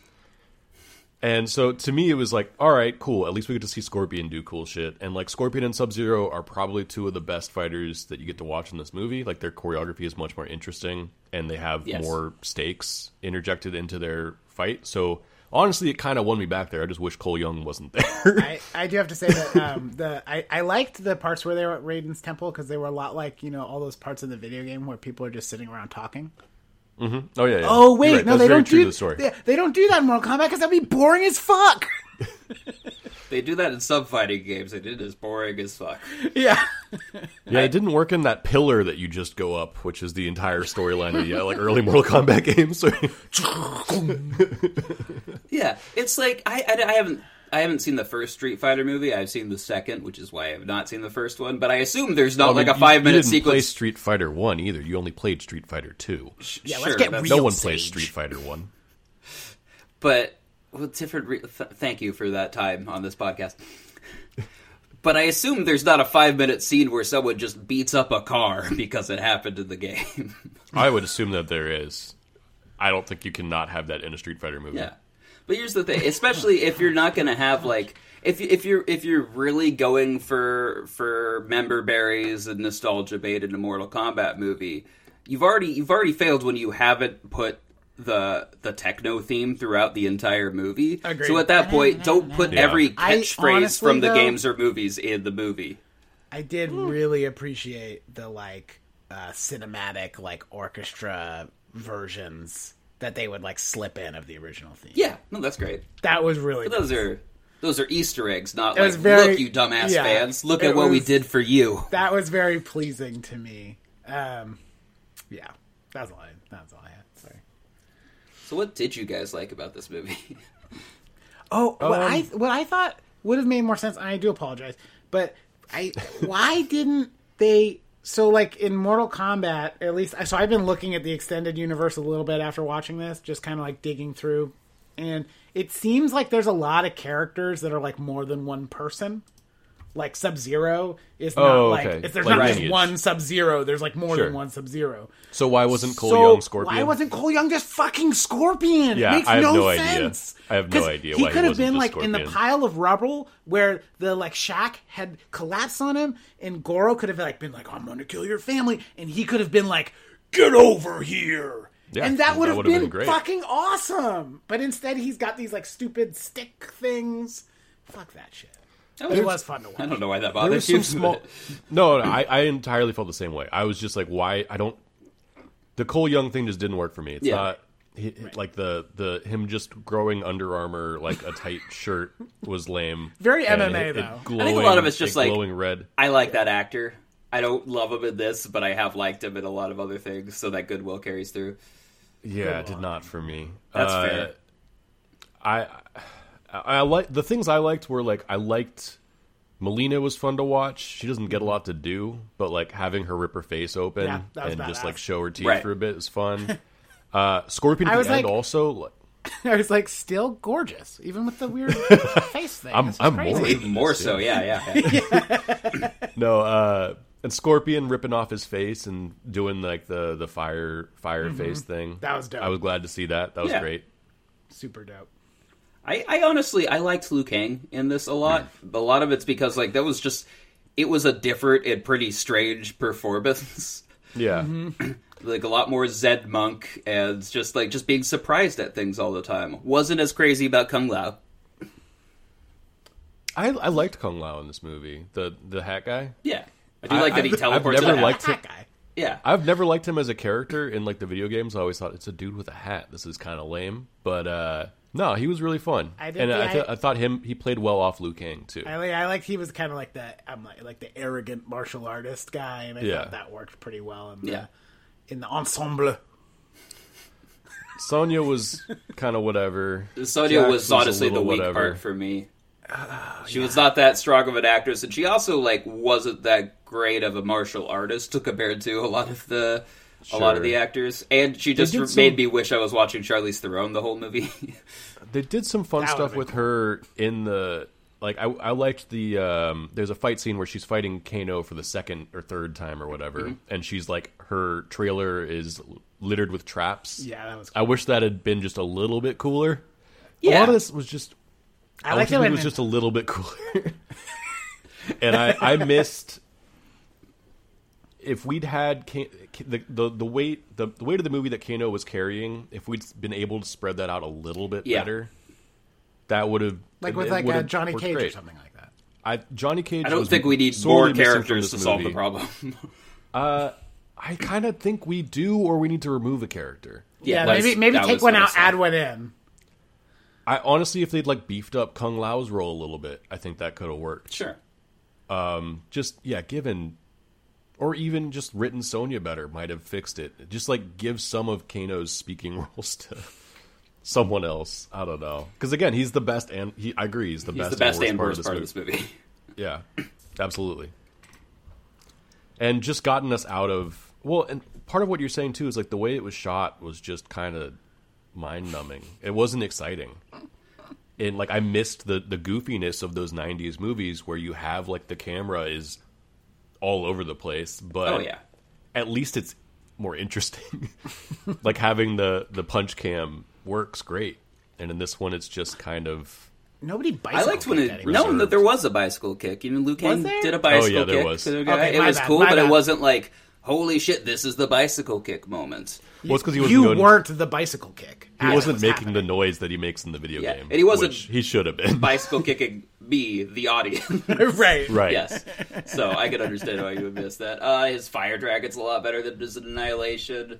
And so to me, it was like, all right, cool. At least we get to see Scorpion do cool shit. And like Scorpion and Sub Zero are probably two of the best fighters that you get to watch in this movie. Like their choreography is much more interesting, and they have
Yes.
more stakes interjected into their fight. So honestly, it kind of won me back there. I just wish Cole Young wasn't there.
I, I do have to say that um, the I, I liked the parts where they were at Raiden's temple because they were a lot like you know all those parts in the video game where people are just sitting around talking.
oh yeah. yeah.
Oh
You're
wait,
right.
no,
That's
they
very
don't
true
do
to the story.
They, they don't do that in Mortal Kombat because that'd be boring as fuck.
They do that in some fighting games, and it is boring as fuck.
yeah,
Yeah, it didn't work in that pillar that you just go up, which is the entire storyline of the uh, like early Mortal Kombat games.
Yeah, it's like I, I, I haven't I haven't seen the first Street Fighter movie. I've seen the second, which is why I have not seen the first one. But I assume there's not like a five
Oh, you
minute
didn't Play
sequence.
Street Fighter One either. You only played Street Fighter Two.
yeah.
Sure,
let's get
that's-
real.
no one plays
Sage.
Street Fighter One.
but well, different. Re- th- thank you for that time on this podcast. But I assume there's not a five minute scene where someone just beats up a car because it happened in the game.
I would assume that there is. I don't think you can not have that in a Street Fighter movie.
Yeah, but here's the thing, especially if you're not going to have like if you- if you're if you're really going for for member berries and nostalgia bait in a Mortal Kombat movie, you've already you've already failed when you haven't put the the techno theme throughout the entire movie.
Agreed.
So at that point, don't put
Yeah.
every
I
catchphrase
honestly,
from the
though-
games or movies in the movie.
I did really appreciate the like uh, cinematic like orchestra versions that they would like slip in of the original theme.
Yeah, no, that's great.
That was really
Those are those are Easter eggs, not
It
like
was very-
look you dumbass
yeah,
fans, look
it
at what we
was-
did for you.
that was very pleasing to me. Um, yeah, that's all. I, that's all I had. Sorry.
So what did you guys like about this movie?
Oh, what
Um,
I what I thought would have made more sense. and I do apologize, but I why didn't they? So like in Mortal Kombat, at least. So I've been looking at the extended universe a little bit after watching this, just kind of like digging through, and it seems like there's a lot of characters that are like more than one person. Like Sub Zero is not
Oh,
like
okay.
if there's
Like
not just
lineage.
one Sub Zero, there's like more
Sure.
than one Sub Zero.
So why wasn't Cole
So
Young Scorpion?
Why wasn't Cole Young just fucking Scorpion?
Yeah,
it makes
I have
no,
no idea.
sense.
I have no
'Cause
idea
He
why he
could have
wasn't
been
just
like in the
Scorpion.
pile of rubble where the like shack had collapsed on him, and Goro could have like been like, "I'm going to kill your family," and he could have been like, "Get over here."
Yeah,
and that
that
would have
would've been
been,
great.
fucking awesome. But instead, he's got these like stupid stick things. Fuck that shit. It was fun to watch.
I don't know why that
There
bothers
was some
you.
small. No, no I, I entirely felt the same way. I was just like, why? I don't. The Cole Young thing just didn't work for me. It's
Yeah.
not he, like the the him just growing Under Armour like a tight shirt was lame.
Very
And
MMA
it- it
though. I think a
lot
glowing-
of it's just
it
like-
glowing red.
I like that actor. I don't love him in this, but I have liked him in a lot of other things, so that goodwill carries through.
Yeah, it did not for me.
That's
Uh,
fair.
I I, I like the things I liked were like I liked Melina was fun to watch. She doesn't get a lot to do, but like having her rip her face open
Mm-hmm. Yeah, that was
and just
badass.
like show her teeth
Right.
for a bit is fun. uh, Scorpion at
I
the
was
end
like-
also. Like,
I was like, still gorgeous, even with the weird face thing.
I'm
This is
I'm
crazy.
more
Even more so, yeah, yeah. yeah.
no. Uh, and Scorpion ripping off his face and doing like the the fire fire face thing.
Mm-hmm. That was dope.
I was glad to see that. That was
Yeah.
great.
Super dope.
I, I honestly I liked Liu Kang in this a lot. A lot of it's because like that was just it was a different and pretty strange performance.
Yeah.
Mm-hmm.
like a lot more Zed monk and just like just being surprised at things all the time. Wasn't as crazy about Kung Lao.
I I liked Kung Lao in this movie. The the hat guy.
Yeah. I do
I-
like that
I've-
he
I've
teleports.
never
out.
liked-
That guy.
yeah.
I've never liked him as a character in like the video games. I always thought it's a dude with a hat. This is kind of lame, but uh no, he was really fun.
I did
and
the-
I, th-
I-
I thought him he played well off Liu Kang too.
I like, I like he was kind of like the I'm like like the arrogant martial artist guy, and I
Yeah.
thought that worked pretty well in the
Yeah.
in the ensemble.
Sonya was kind of whatever.
Sonya
Jax
was
a
honestly the
little
weak
whatever. Ah,
part for me. She was not that strong of an actress, and she also like wasn't that great of a martial artist compared to a lot of the a lot of
Sure.
the actors. And she just
did
re-
some-
made me wish I was watching Charlize Theron the whole movie.
They did some fun
would've
stuff
been
with her in the like I I liked the um there's a fight scene where she's fighting Kano for the second or third time or whatever
Mm-hmm.
and she's like her trailer is littered with traps.
Yeah, that was.
I wish that had been just a little bit cooler. A
yeah,
lot of this was just
I,
I
like
wish
that
it
when
was just a little bit cooler. and I, I missed if we'd had Ka- the, the the weight the, the weight of the movie that Kano was carrying, if we'd been able to spread that out a little bit
Yeah.
better, that would have
like
it-
with
it
like
would
a
have
Johnny
worked
Cage or
great.
something like that.
I, Johnny Cage.
I don't
was
think we need
sorely
more
missing from
characters to
this
solve the
movie.
problem.
I kind of think we do, or we need to remove a character.
Yeah,
that's-
maybe maybe
that
take
was
one
what I
out,
said.
add one in.
I honestly, if they'd like beefed up Kung Lao's role a little bit, I think that could have worked.
Sure.
just yeah, given or even just written Sonya better might have fixed it. Just like give some of Kano's speaking roles to someone else. I don't know because again, he's the best and he I agree he's the
He's
best.
the best and worst
this
part of
movie.
this movie.
Yeah, absolutely. And just gotten us out of well, and part of what you're saying too is like the way it was shot was just kind of mind numbing. It wasn't exciting. And like I missed the the goofiness of those '90s movies where you have like the camera is all over the place, but
Oh yeah.
at least it's more interesting. like having the the punch cam works great, and in this one it's just kind of
Nobody
I
bicycle.
liked when
kicked
it
anymore.
known that there was a bicycle kick. You know, Liu Kang
there?
did a
Oh, yeah,
bicycle
there
kick.
was.
to the guy.
Okay,
it
my
was
bad,
cool,
my
but it
bad.
wasn't like, holy shit, this is the bicycle kick moment.
well, it's because he was
you
going
weren't the bicycle kick.
He wasn't making the noise that he makes in the video
Yeah,
game,
and he wasn't-
which he should have been.
Bicycle kicking be the audience.
right.
Right.
Yes. So I could understand why you would miss that. Uh, his fire dragon's a lot better than his annihilation.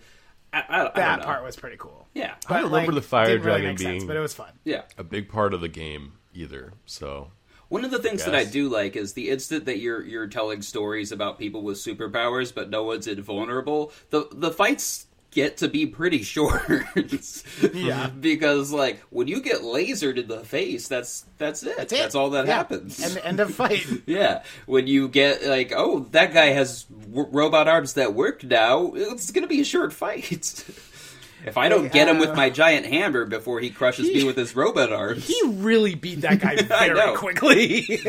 I, I, I don't
That
know.
part was pretty cool.
Yeah.
I don't remember
like,
the fire
didn't really
dragon
make sense,
being-
but it was fun.
Yeah.
a big part of the game either. So
One of the things that I
Yes.
do like is the instant that you're you're telling stories about people with superpowers, but no one's invulnerable. The the fights get to be pretty short.
Yeah.
because like when you get lasered in the face, that's that's it. That's,
it.
all that
Yeah.
happens.
And the end of fight.
yeah, when you get like, oh, that guy has w- robot arms that work now. It's gonna be a short fight. if I don't get him with my giant hammer before he crushes me with his robot arms,
he really beat that guy
know.
very quickly.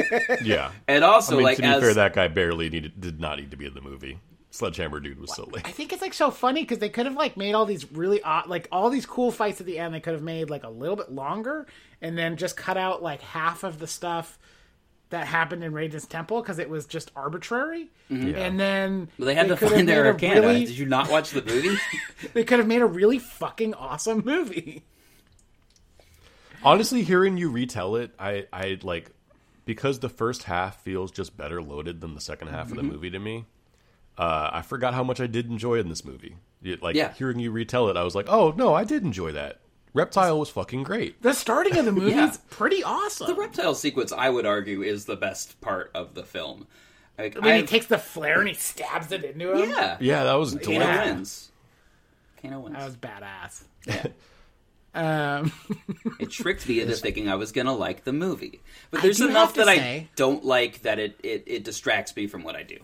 yeah.
and also
I mean,
like
to be
as
fair, that guy barely needed did not need to be in the movie. Sledgehammer dude was silly.
I think it's like so funny because they could have like made all these really odd, like all these cool fights at the end. They could have made like a little bit longer and then just cut out like half of the stuff that happened in Raiden's temple because it was just arbitrary. And then
Well, they had to
could have
find their
made a
Arcana.
really-
Did you not watch the movie?
they could have made a really fucking awesome movie.
Honestly, hearing you retell it, I I like because the first half feels just better loaded than the second half
Mm-hmm.
of the movie to me. Uh, I forgot how much I did enjoy in this movie. It- like
Yeah.
hearing you retell it, I was like, oh no, I did enjoy that. Reptile was fucking great.
The starting of the movie
Yeah.
is pretty awesome.
the reptile sequence, I would argue, is the best part of the film. Like,
when he
I've-
takes the flare and he stabs it into him.
yeah,
Yeah, that was
Kano
delightful.
wins. Kano wins.
That was badass.
Yeah.
Um,
It tricked me into thinking I was gonna like the movie, but
I
there's
do have
enough
to
that I
say-
don't like that it, it it distracts me from what I do.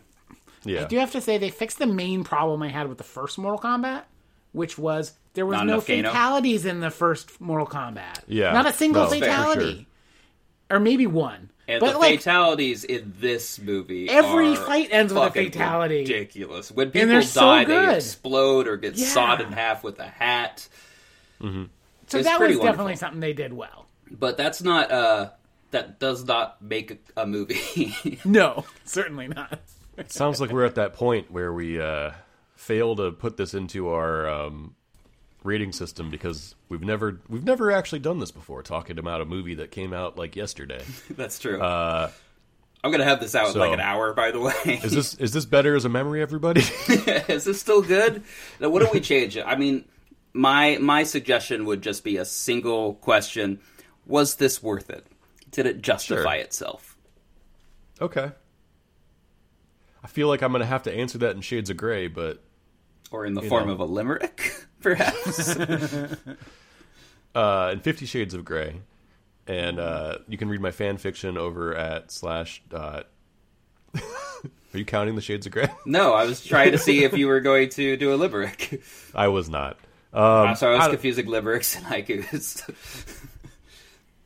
Yeah.
I do have to say they fixed the main problem I had with the first Mortal Kombat, which was there was
Not
no
enough Kano.
fatalities in the first Mortal Kombat.
Yeah.
not a single
No, for
fatality, or maybe one.
And
but
the
like
fatalities in this movie,
Every
are
fight ends with a
fucking
fatality.
Ridiculous. When people
And they're
die,
so
they
good.
explode or get
Yeah.
sawed in half with a hat.
so
it's
that was
pretty
definitely
wonderful.
something they did well.
But that's not uh that does not make a, a movie.
No, certainly not.
Sounds like we're at that point where we uh, fail to put this into our um, rating system because we've never we've never actually done this before. Talking about a movie that came out like yesterday.
That's true. I'm gonna have this out
Uh, so-
in like an hour. By the way,
Is this is this better as a memory, everybody?
is this still good? Now, what do we change? it? I mean, my my suggestion would just be a single question: Was this worth it? Did it justify
Sure.
itself?
okay. I feel like I'm gonna have to answer that in shades of gray, but
Or in the form
know.
of a limerick, perhaps?
uh, in Fifty Shades of Grey, and uh, you can read my fan fiction over at slash. Uh, are you counting the shades of gray?
no, I was trying to see if you were going to do a limerick.
I was not. Um,
I'm sorry, I was
I don't-
confusing limericks and haikus.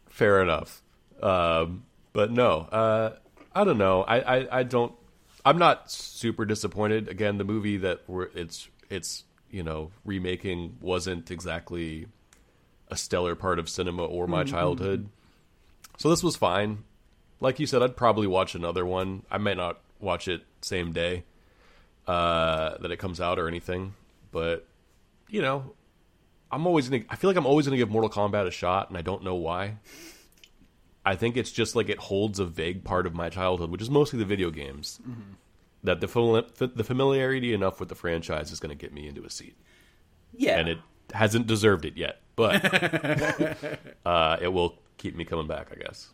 fair enough. Um, but no, uh, I don't know. I, I, I don't. I'm not super disappointed. Again, the movie that we're it's it's you know remaking wasn't exactly a stellar part of cinema or my childhood. So this was fine. Like you said, I'd probably watch another one. I might not watch it same day uh, that it comes out or anything, but you know, I'm always gonna, I feel like I'm always going to give Mortal Kombat a shot, and I don't know why. I think it's just like it holds a vague part of my childhood, which is mostly the video games.
Mm-hmm.
That the fam- the familiarity enough with the franchise is going to get me into a seat,
yeah,
and it hasn't deserved it yet, but uh, it will keep me coming back, I guess.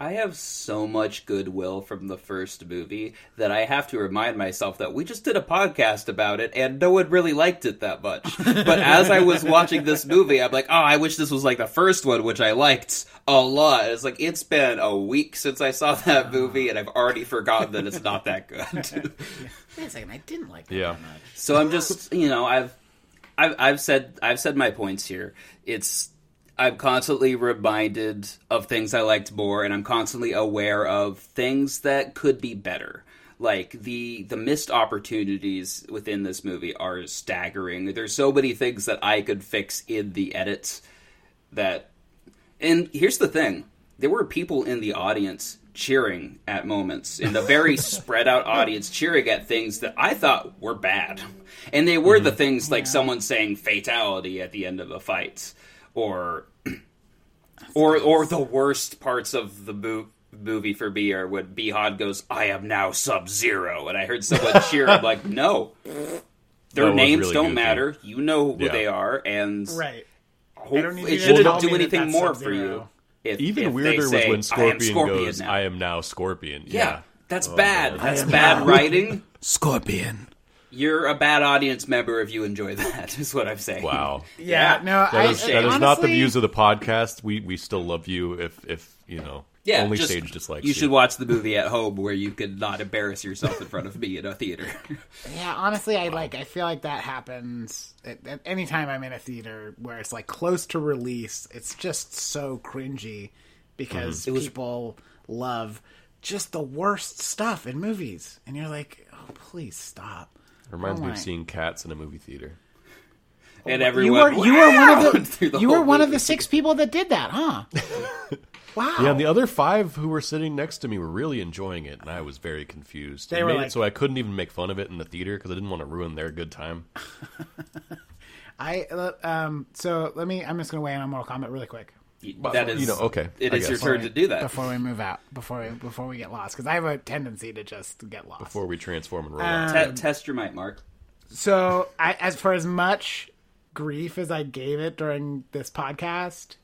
I have so much goodwill from the first movie that I have to remind myself that we just did a podcast about it and no one really liked it that much. But as I was watching this movie, I'm like, oh, I wish this was like the first one, which I liked a lot. It's like, it's been a week since I saw that movie and I've already forgotten that it's not that good.
Wait a second, I didn't like that.
Yeah,
So I'm just, you know, I've, I've, I've said, I've said my points here. It's, I'm constantly reminded of things I liked more, and I'm constantly aware of things that could be better. Like the the missed opportunities within this movie are staggering. There's so many things that I could fix in the edits that and here's the thing there were people in the audience cheering at moments in the very spread out audience cheering at things that i thought were bad and they were the
Mm-hmm.
things like someone saying fatality at the end of a fight or or or the worst parts of the boot movie for beer when Behan goes, I am now Sub Zero. And I heard someone cheer. I'm like, no.
That
Their
was
names
really
don't
goofy.
matter. You know who
Yeah.
they are. And
Right.
hopefully,
don't need you
it
to
shouldn't
tell
do
me that
anything
that's
more for
Sub-Zero.
you. If,
Even
if they
weirder was
say,
when
"I am
Scorpion,
Scorpion
goes,
now."
"I am now Scorpion."
Yeah,
Yeah,
that's bad.
man.
That's bad writing.
Scorpion.
You're a bad audience member if you enjoy that. Is what I'm saying.
wow.
Yeah.
Yeah.
No,
That
I,
is,
I
that is not the
honestly-
views of the podcast. We we still love you. If if you know,
Yeah,
only
just-
stage dyslexia.
You should watch the movie at home where you could not embarrass yourself in front of me in a theater.
Yeah, honestly, I like. I feel like that happens at, at any time I'm in a theater where it's like close to release. It's just so cringy because
Mm-hmm.
people love just the worst stuff in movies, and you're like, oh, please stop.
Reminds me
Oh my.
of seeing cats in a movie theater.
and
You
everyone,
were you were one
"Wow!"
of
through
the,
the
you were
whole
one of
movie.
the six people that did that, huh? wow.
Yeah, and the other five who were sitting next to me were really enjoying it, and I was very confused.
They
It
were
made it
like-
so I couldn't even make fun of it in the theater because I didn't want to ruin their good time.
I uh, um. So let me. I'm just gonna weigh in on Mortal Kombat really quick.
That is,
you know, okay,
It
I
is your
guess.
turn to do that.
before we move out. Before we before we get lost, because I have a tendency to just get lost.
Before we transform and roll
Uh,
out.
Te- test your mic, Mark.
So, I, as for as much grief as I gave it during this podcast,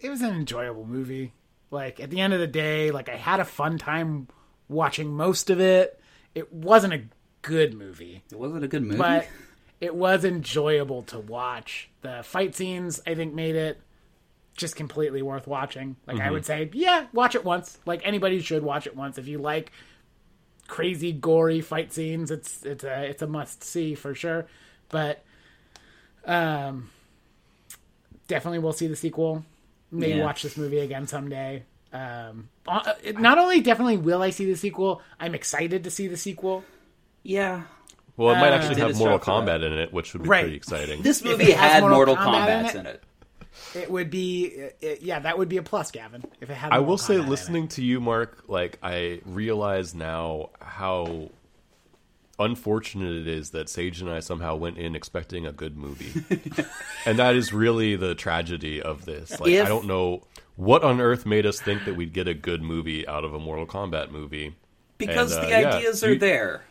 it was an enjoyable movie. Like at the end of the day, like I had a fun time watching most of it. It wasn't a good movie,
It wasn't a good movie.
but it was enjoyable to watch. The fight scenes, I think, made it just completely worth watching. Like I would say, yeah, watch it once. Like anybody should watch it once if you like crazy gory fight scenes. It's it's a it's a must see for sure. But um, definitely we'll see the sequel. Maybe
Yeah.
watch this movie again someday. Um, uh, not only definitely will I see the sequel, I'm excited to see the sequel.
yeah,
well, it
uh,
might actually
did
have
it
Mortal
start for that?
Kombat in it, which would be
Right.
pretty exciting.
this movie
it has
had Mortal
Mortal Kombat in
Kombat's
it-
in it.
It would be, it- it, yeah, that would be a plus, Gavin. If it had,
I
Mortal
will say,
Kombat in it.
listening to you, Mark, like I realize now how unfortunate it is that Sage and I somehow went in expecting a good movie, and that is really the tragedy of this. Like,
If-
I don't know what on earth made us think that we'd get a good movie out of a Mortal Kombat movie.
because
And, uh,
the
yeah,
ideas are
you-
there.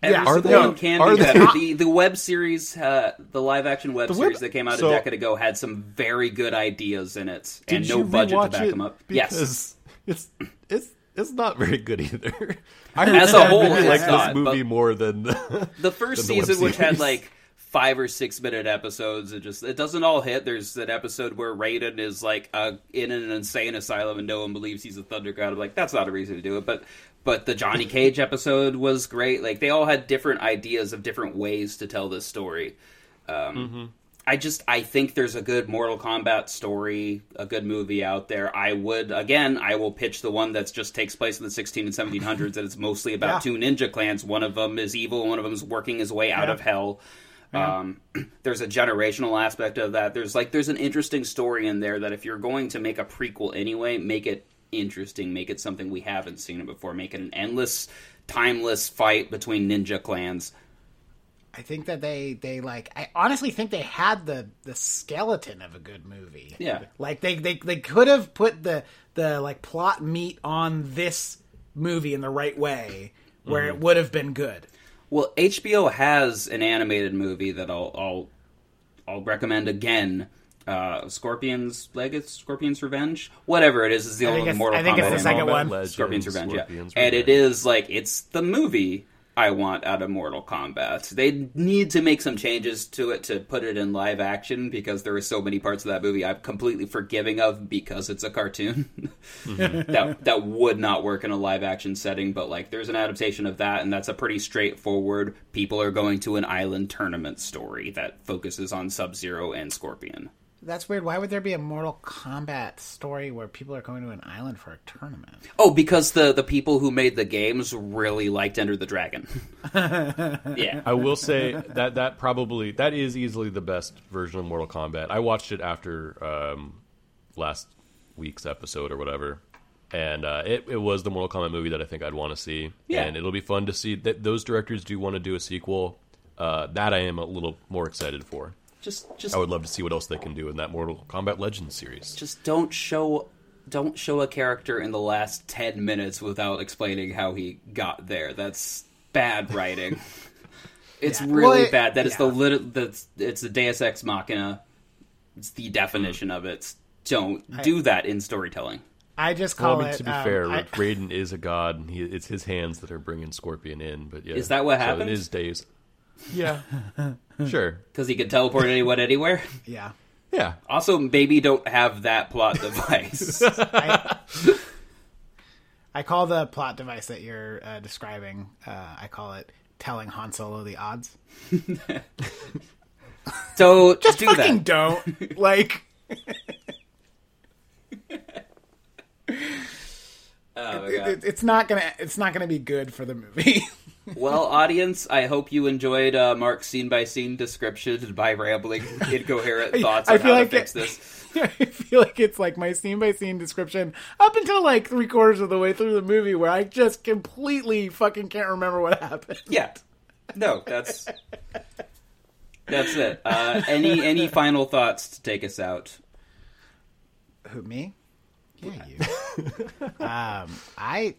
Every
Yeah, are
single
they?
one can
Are
be
they?
better. The, the web series, uh, the live action web,
web-
series that came out
so-
a decade ago, had some very good ideas in it and
Did
no
you
budget to
rewatch
back
it?
them up. yes,
Because it's it's it's not very good either. I
As a whole,
really like
it's not,
this movie
but-
more than the,
the first
than the web
season, which had
series.
like five or six minute episodes, it just it doesn't all hit. There's an episode where Raiden is like uh, in an insane asylum and no one believes he's a Thunder God. I'm like, that's not a reason to do it, but. But the Johnny Cage episode was great. Like they all had different ideas of different ways to tell this story. I just I think there's a good Mortal Kombat story, a good movie out there. I would again, I will pitch the one that just takes place in the 16 and 1700s, and it's mostly about
Yeah.
two ninja clans. One of them is evil, one of them is working his way out of hell. Um, there's a generational aspect of that. There's like there's an interesting story in there that if you're going to make a prequel anyway, make it interesting, make it something we haven't seen it before, make it an endless, timeless fight between ninja clans.
I think that they they like I honestly think they had the the skeleton of a good movie.
Yeah.
Like they they they could have put the the like plot meat on this movie in the right way where
Mm-hmm.
it would have been good.
Well, HBO has an animated movie that I'll I'll, I'll recommend again. Uh, Scorpion's Legacy, Scorpion's Revenge, whatever it is, is the only
think it's-
Mortal
I think
Kombat.
it's the
animated.
second one.
Scorpion's Revenge, yeah. and it is like it's the movie I want out of Mortal Kombat. They need to make some changes to it to put it in live action because there are so many parts of that movie I'm completely forgiving of because it's a cartoon. that that would not work in a live action setting, but like there's an adaptation of that and that's a pretty straightforward people are going to an island tournament story that focuses on Sub-Zero and Scorpion.
That's weird. Why would there be a Mortal Kombat story where people are going to an island for a tournament?
Oh, because the the people who made the games really liked Enter the Dragon. yeah.
I will say that that probably that is easily the best version of Mortal Kombat. I watched it after um, last week's episode or whatever, and uh, it it was the Mortal Kombat movie that I think I'd want to see.
Yeah.
and it'll be fun to see that those directors do want to do a sequel. Uh, that I am a little more excited for.
Just just
I would love to see what else they can do in that Mortal Kombat Legends series.
just don't show don't show a character in the last 10 minutes without explaining how he got there. That's bad writing. it's really
Well, it-
bad. That is the
yeah.
lit- that's it's the Deus Ex Machina. It's the definition of it. Don't do that in storytelling.
I just
Well,
call
I mean,
it.
to be
um,
fair,
I-
Raiden is a god, and he, it's his hands that are bringing Scorpion in. But yeah,
Is that what
So
happened?
it is Days.
yeah,
Sure.
Because he can teleport anyone anywhere.
yeah.
Yeah.
Also, maybe don't have that plot device.
I, I call the plot device that you're uh, describing. Uh, I call it telling Han Solo the odds.
so just do
Fucking
that.
don't like.
Oh my God.
It, it's not gonna. It's not gonna be good for the movie.
Well, audience, I hope you enjoyed uh, Mark's scene by scene description and my rambling, incoherent thoughts
I
on
feel
how
like
to fix
it-
this.
I feel like it's like my scene by scene description up until like three quarters of the way through the movie, where I just completely fucking can't remember what happened.
Yeah. No, that's that's it. Uh, any any final thoughts to take us out?
Who me? Yeah, you. um, I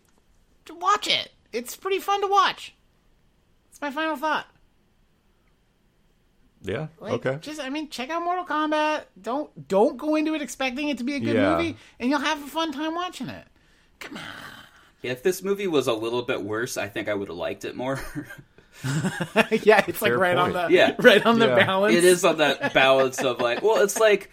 to watch it. It's pretty fun to watch. It's my final thought.
Yeah.
Like,
okay.
Just I mean, check out Mortal Kombat. Don't don't go into it expecting it to be a good
Yeah.
movie, and you'll have a fun time watching it.
If this movie was a little bit worse, I think I would have liked it more.
yeah, it's like
Fair
right on
point.
the
Yeah.
right on the
Yeah.
balance.
it is on that balance of like, well, it's like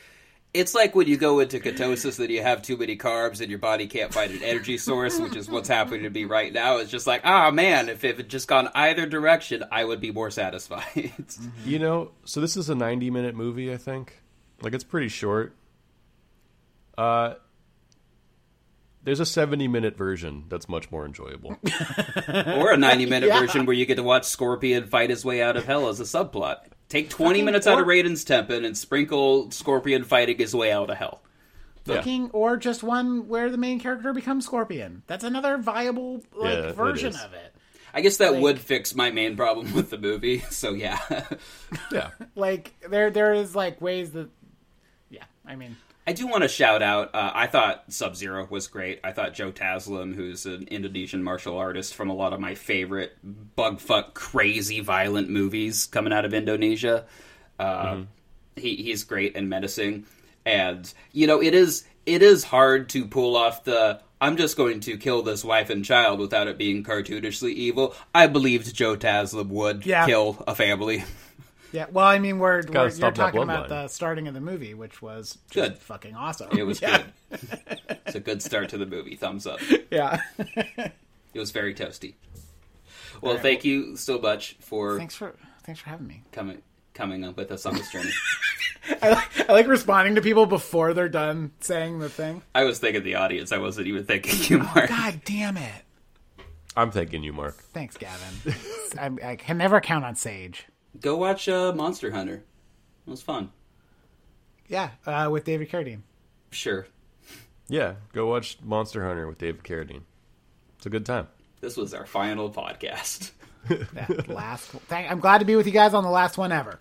it's like when you go into ketosis and you have too many carbs and your body can't find an energy source, which is what's happening to me right now. It's just like, ah, man, if, if it just gone either direction, I would be more satisfied.
Mm-hmm.
You know, so this is a 90 minute movie, I think. Like, it's pretty short. Uh, there's a 70 minute version that's much more enjoyable.
or a 90 minute
Yeah.
version where you get to watch Scorpion fight his way out of hell as a subplot. Take 20 minutes out of
or-
Raiden's Temple and sprinkle Scorpion fighting his way out of hell.
yeah.
King, or just one where the main character becomes Scorpion. That's another viable like
Yeah, it
version
is.
of it.
I guess that would fix my main problem with the movie. So yeah.
Yeah.
Like there there is like ways that yeah, I mean
I do want to shout out. Uh, I thought Sub Zero was great. I thought Joe Taslim, who's an Indonesian martial artist from a lot of my favorite bugfuck, crazy, violent movies coming out of Indonesia, uh,
Mm-hmm.
he, he's great and menacing. And you know, it is it is hard to pull off the. I'm just going to kill this wife and child without it being cartoonishly evil. I believed Joe Taslim would
Yeah.
kill a family.
yeah, well I mean we're, we're you're
stop that
talking about
bloodline.
the starting of the movie, which was just
Good.
fucking awesome.
It was
yeah.
good. it's a good start to the movie. Thumbs up.
Yeah.
It was very toasty. Well, thank you so much for
thanks for thanks for having me.
coming coming up with us on this journey.
I like, I like responding to people before they're done saying the thing.
I was thinking the audience. I wasn't even thinking you, Mark.
Oh, God damn it.
I'm thanking you, Mark.
Thanks, Gavin. I, I can never count on Sage.
Go watch uh, Monster Hunter. It was fun.
Yeah, uh, with David Carradine.
Sure,
Yeah. Go watch Monster Hunter with David Carradine. It's a good time.
this was our final podcast.
That last. Thank, I'm glad to be with you guys on the last one ever.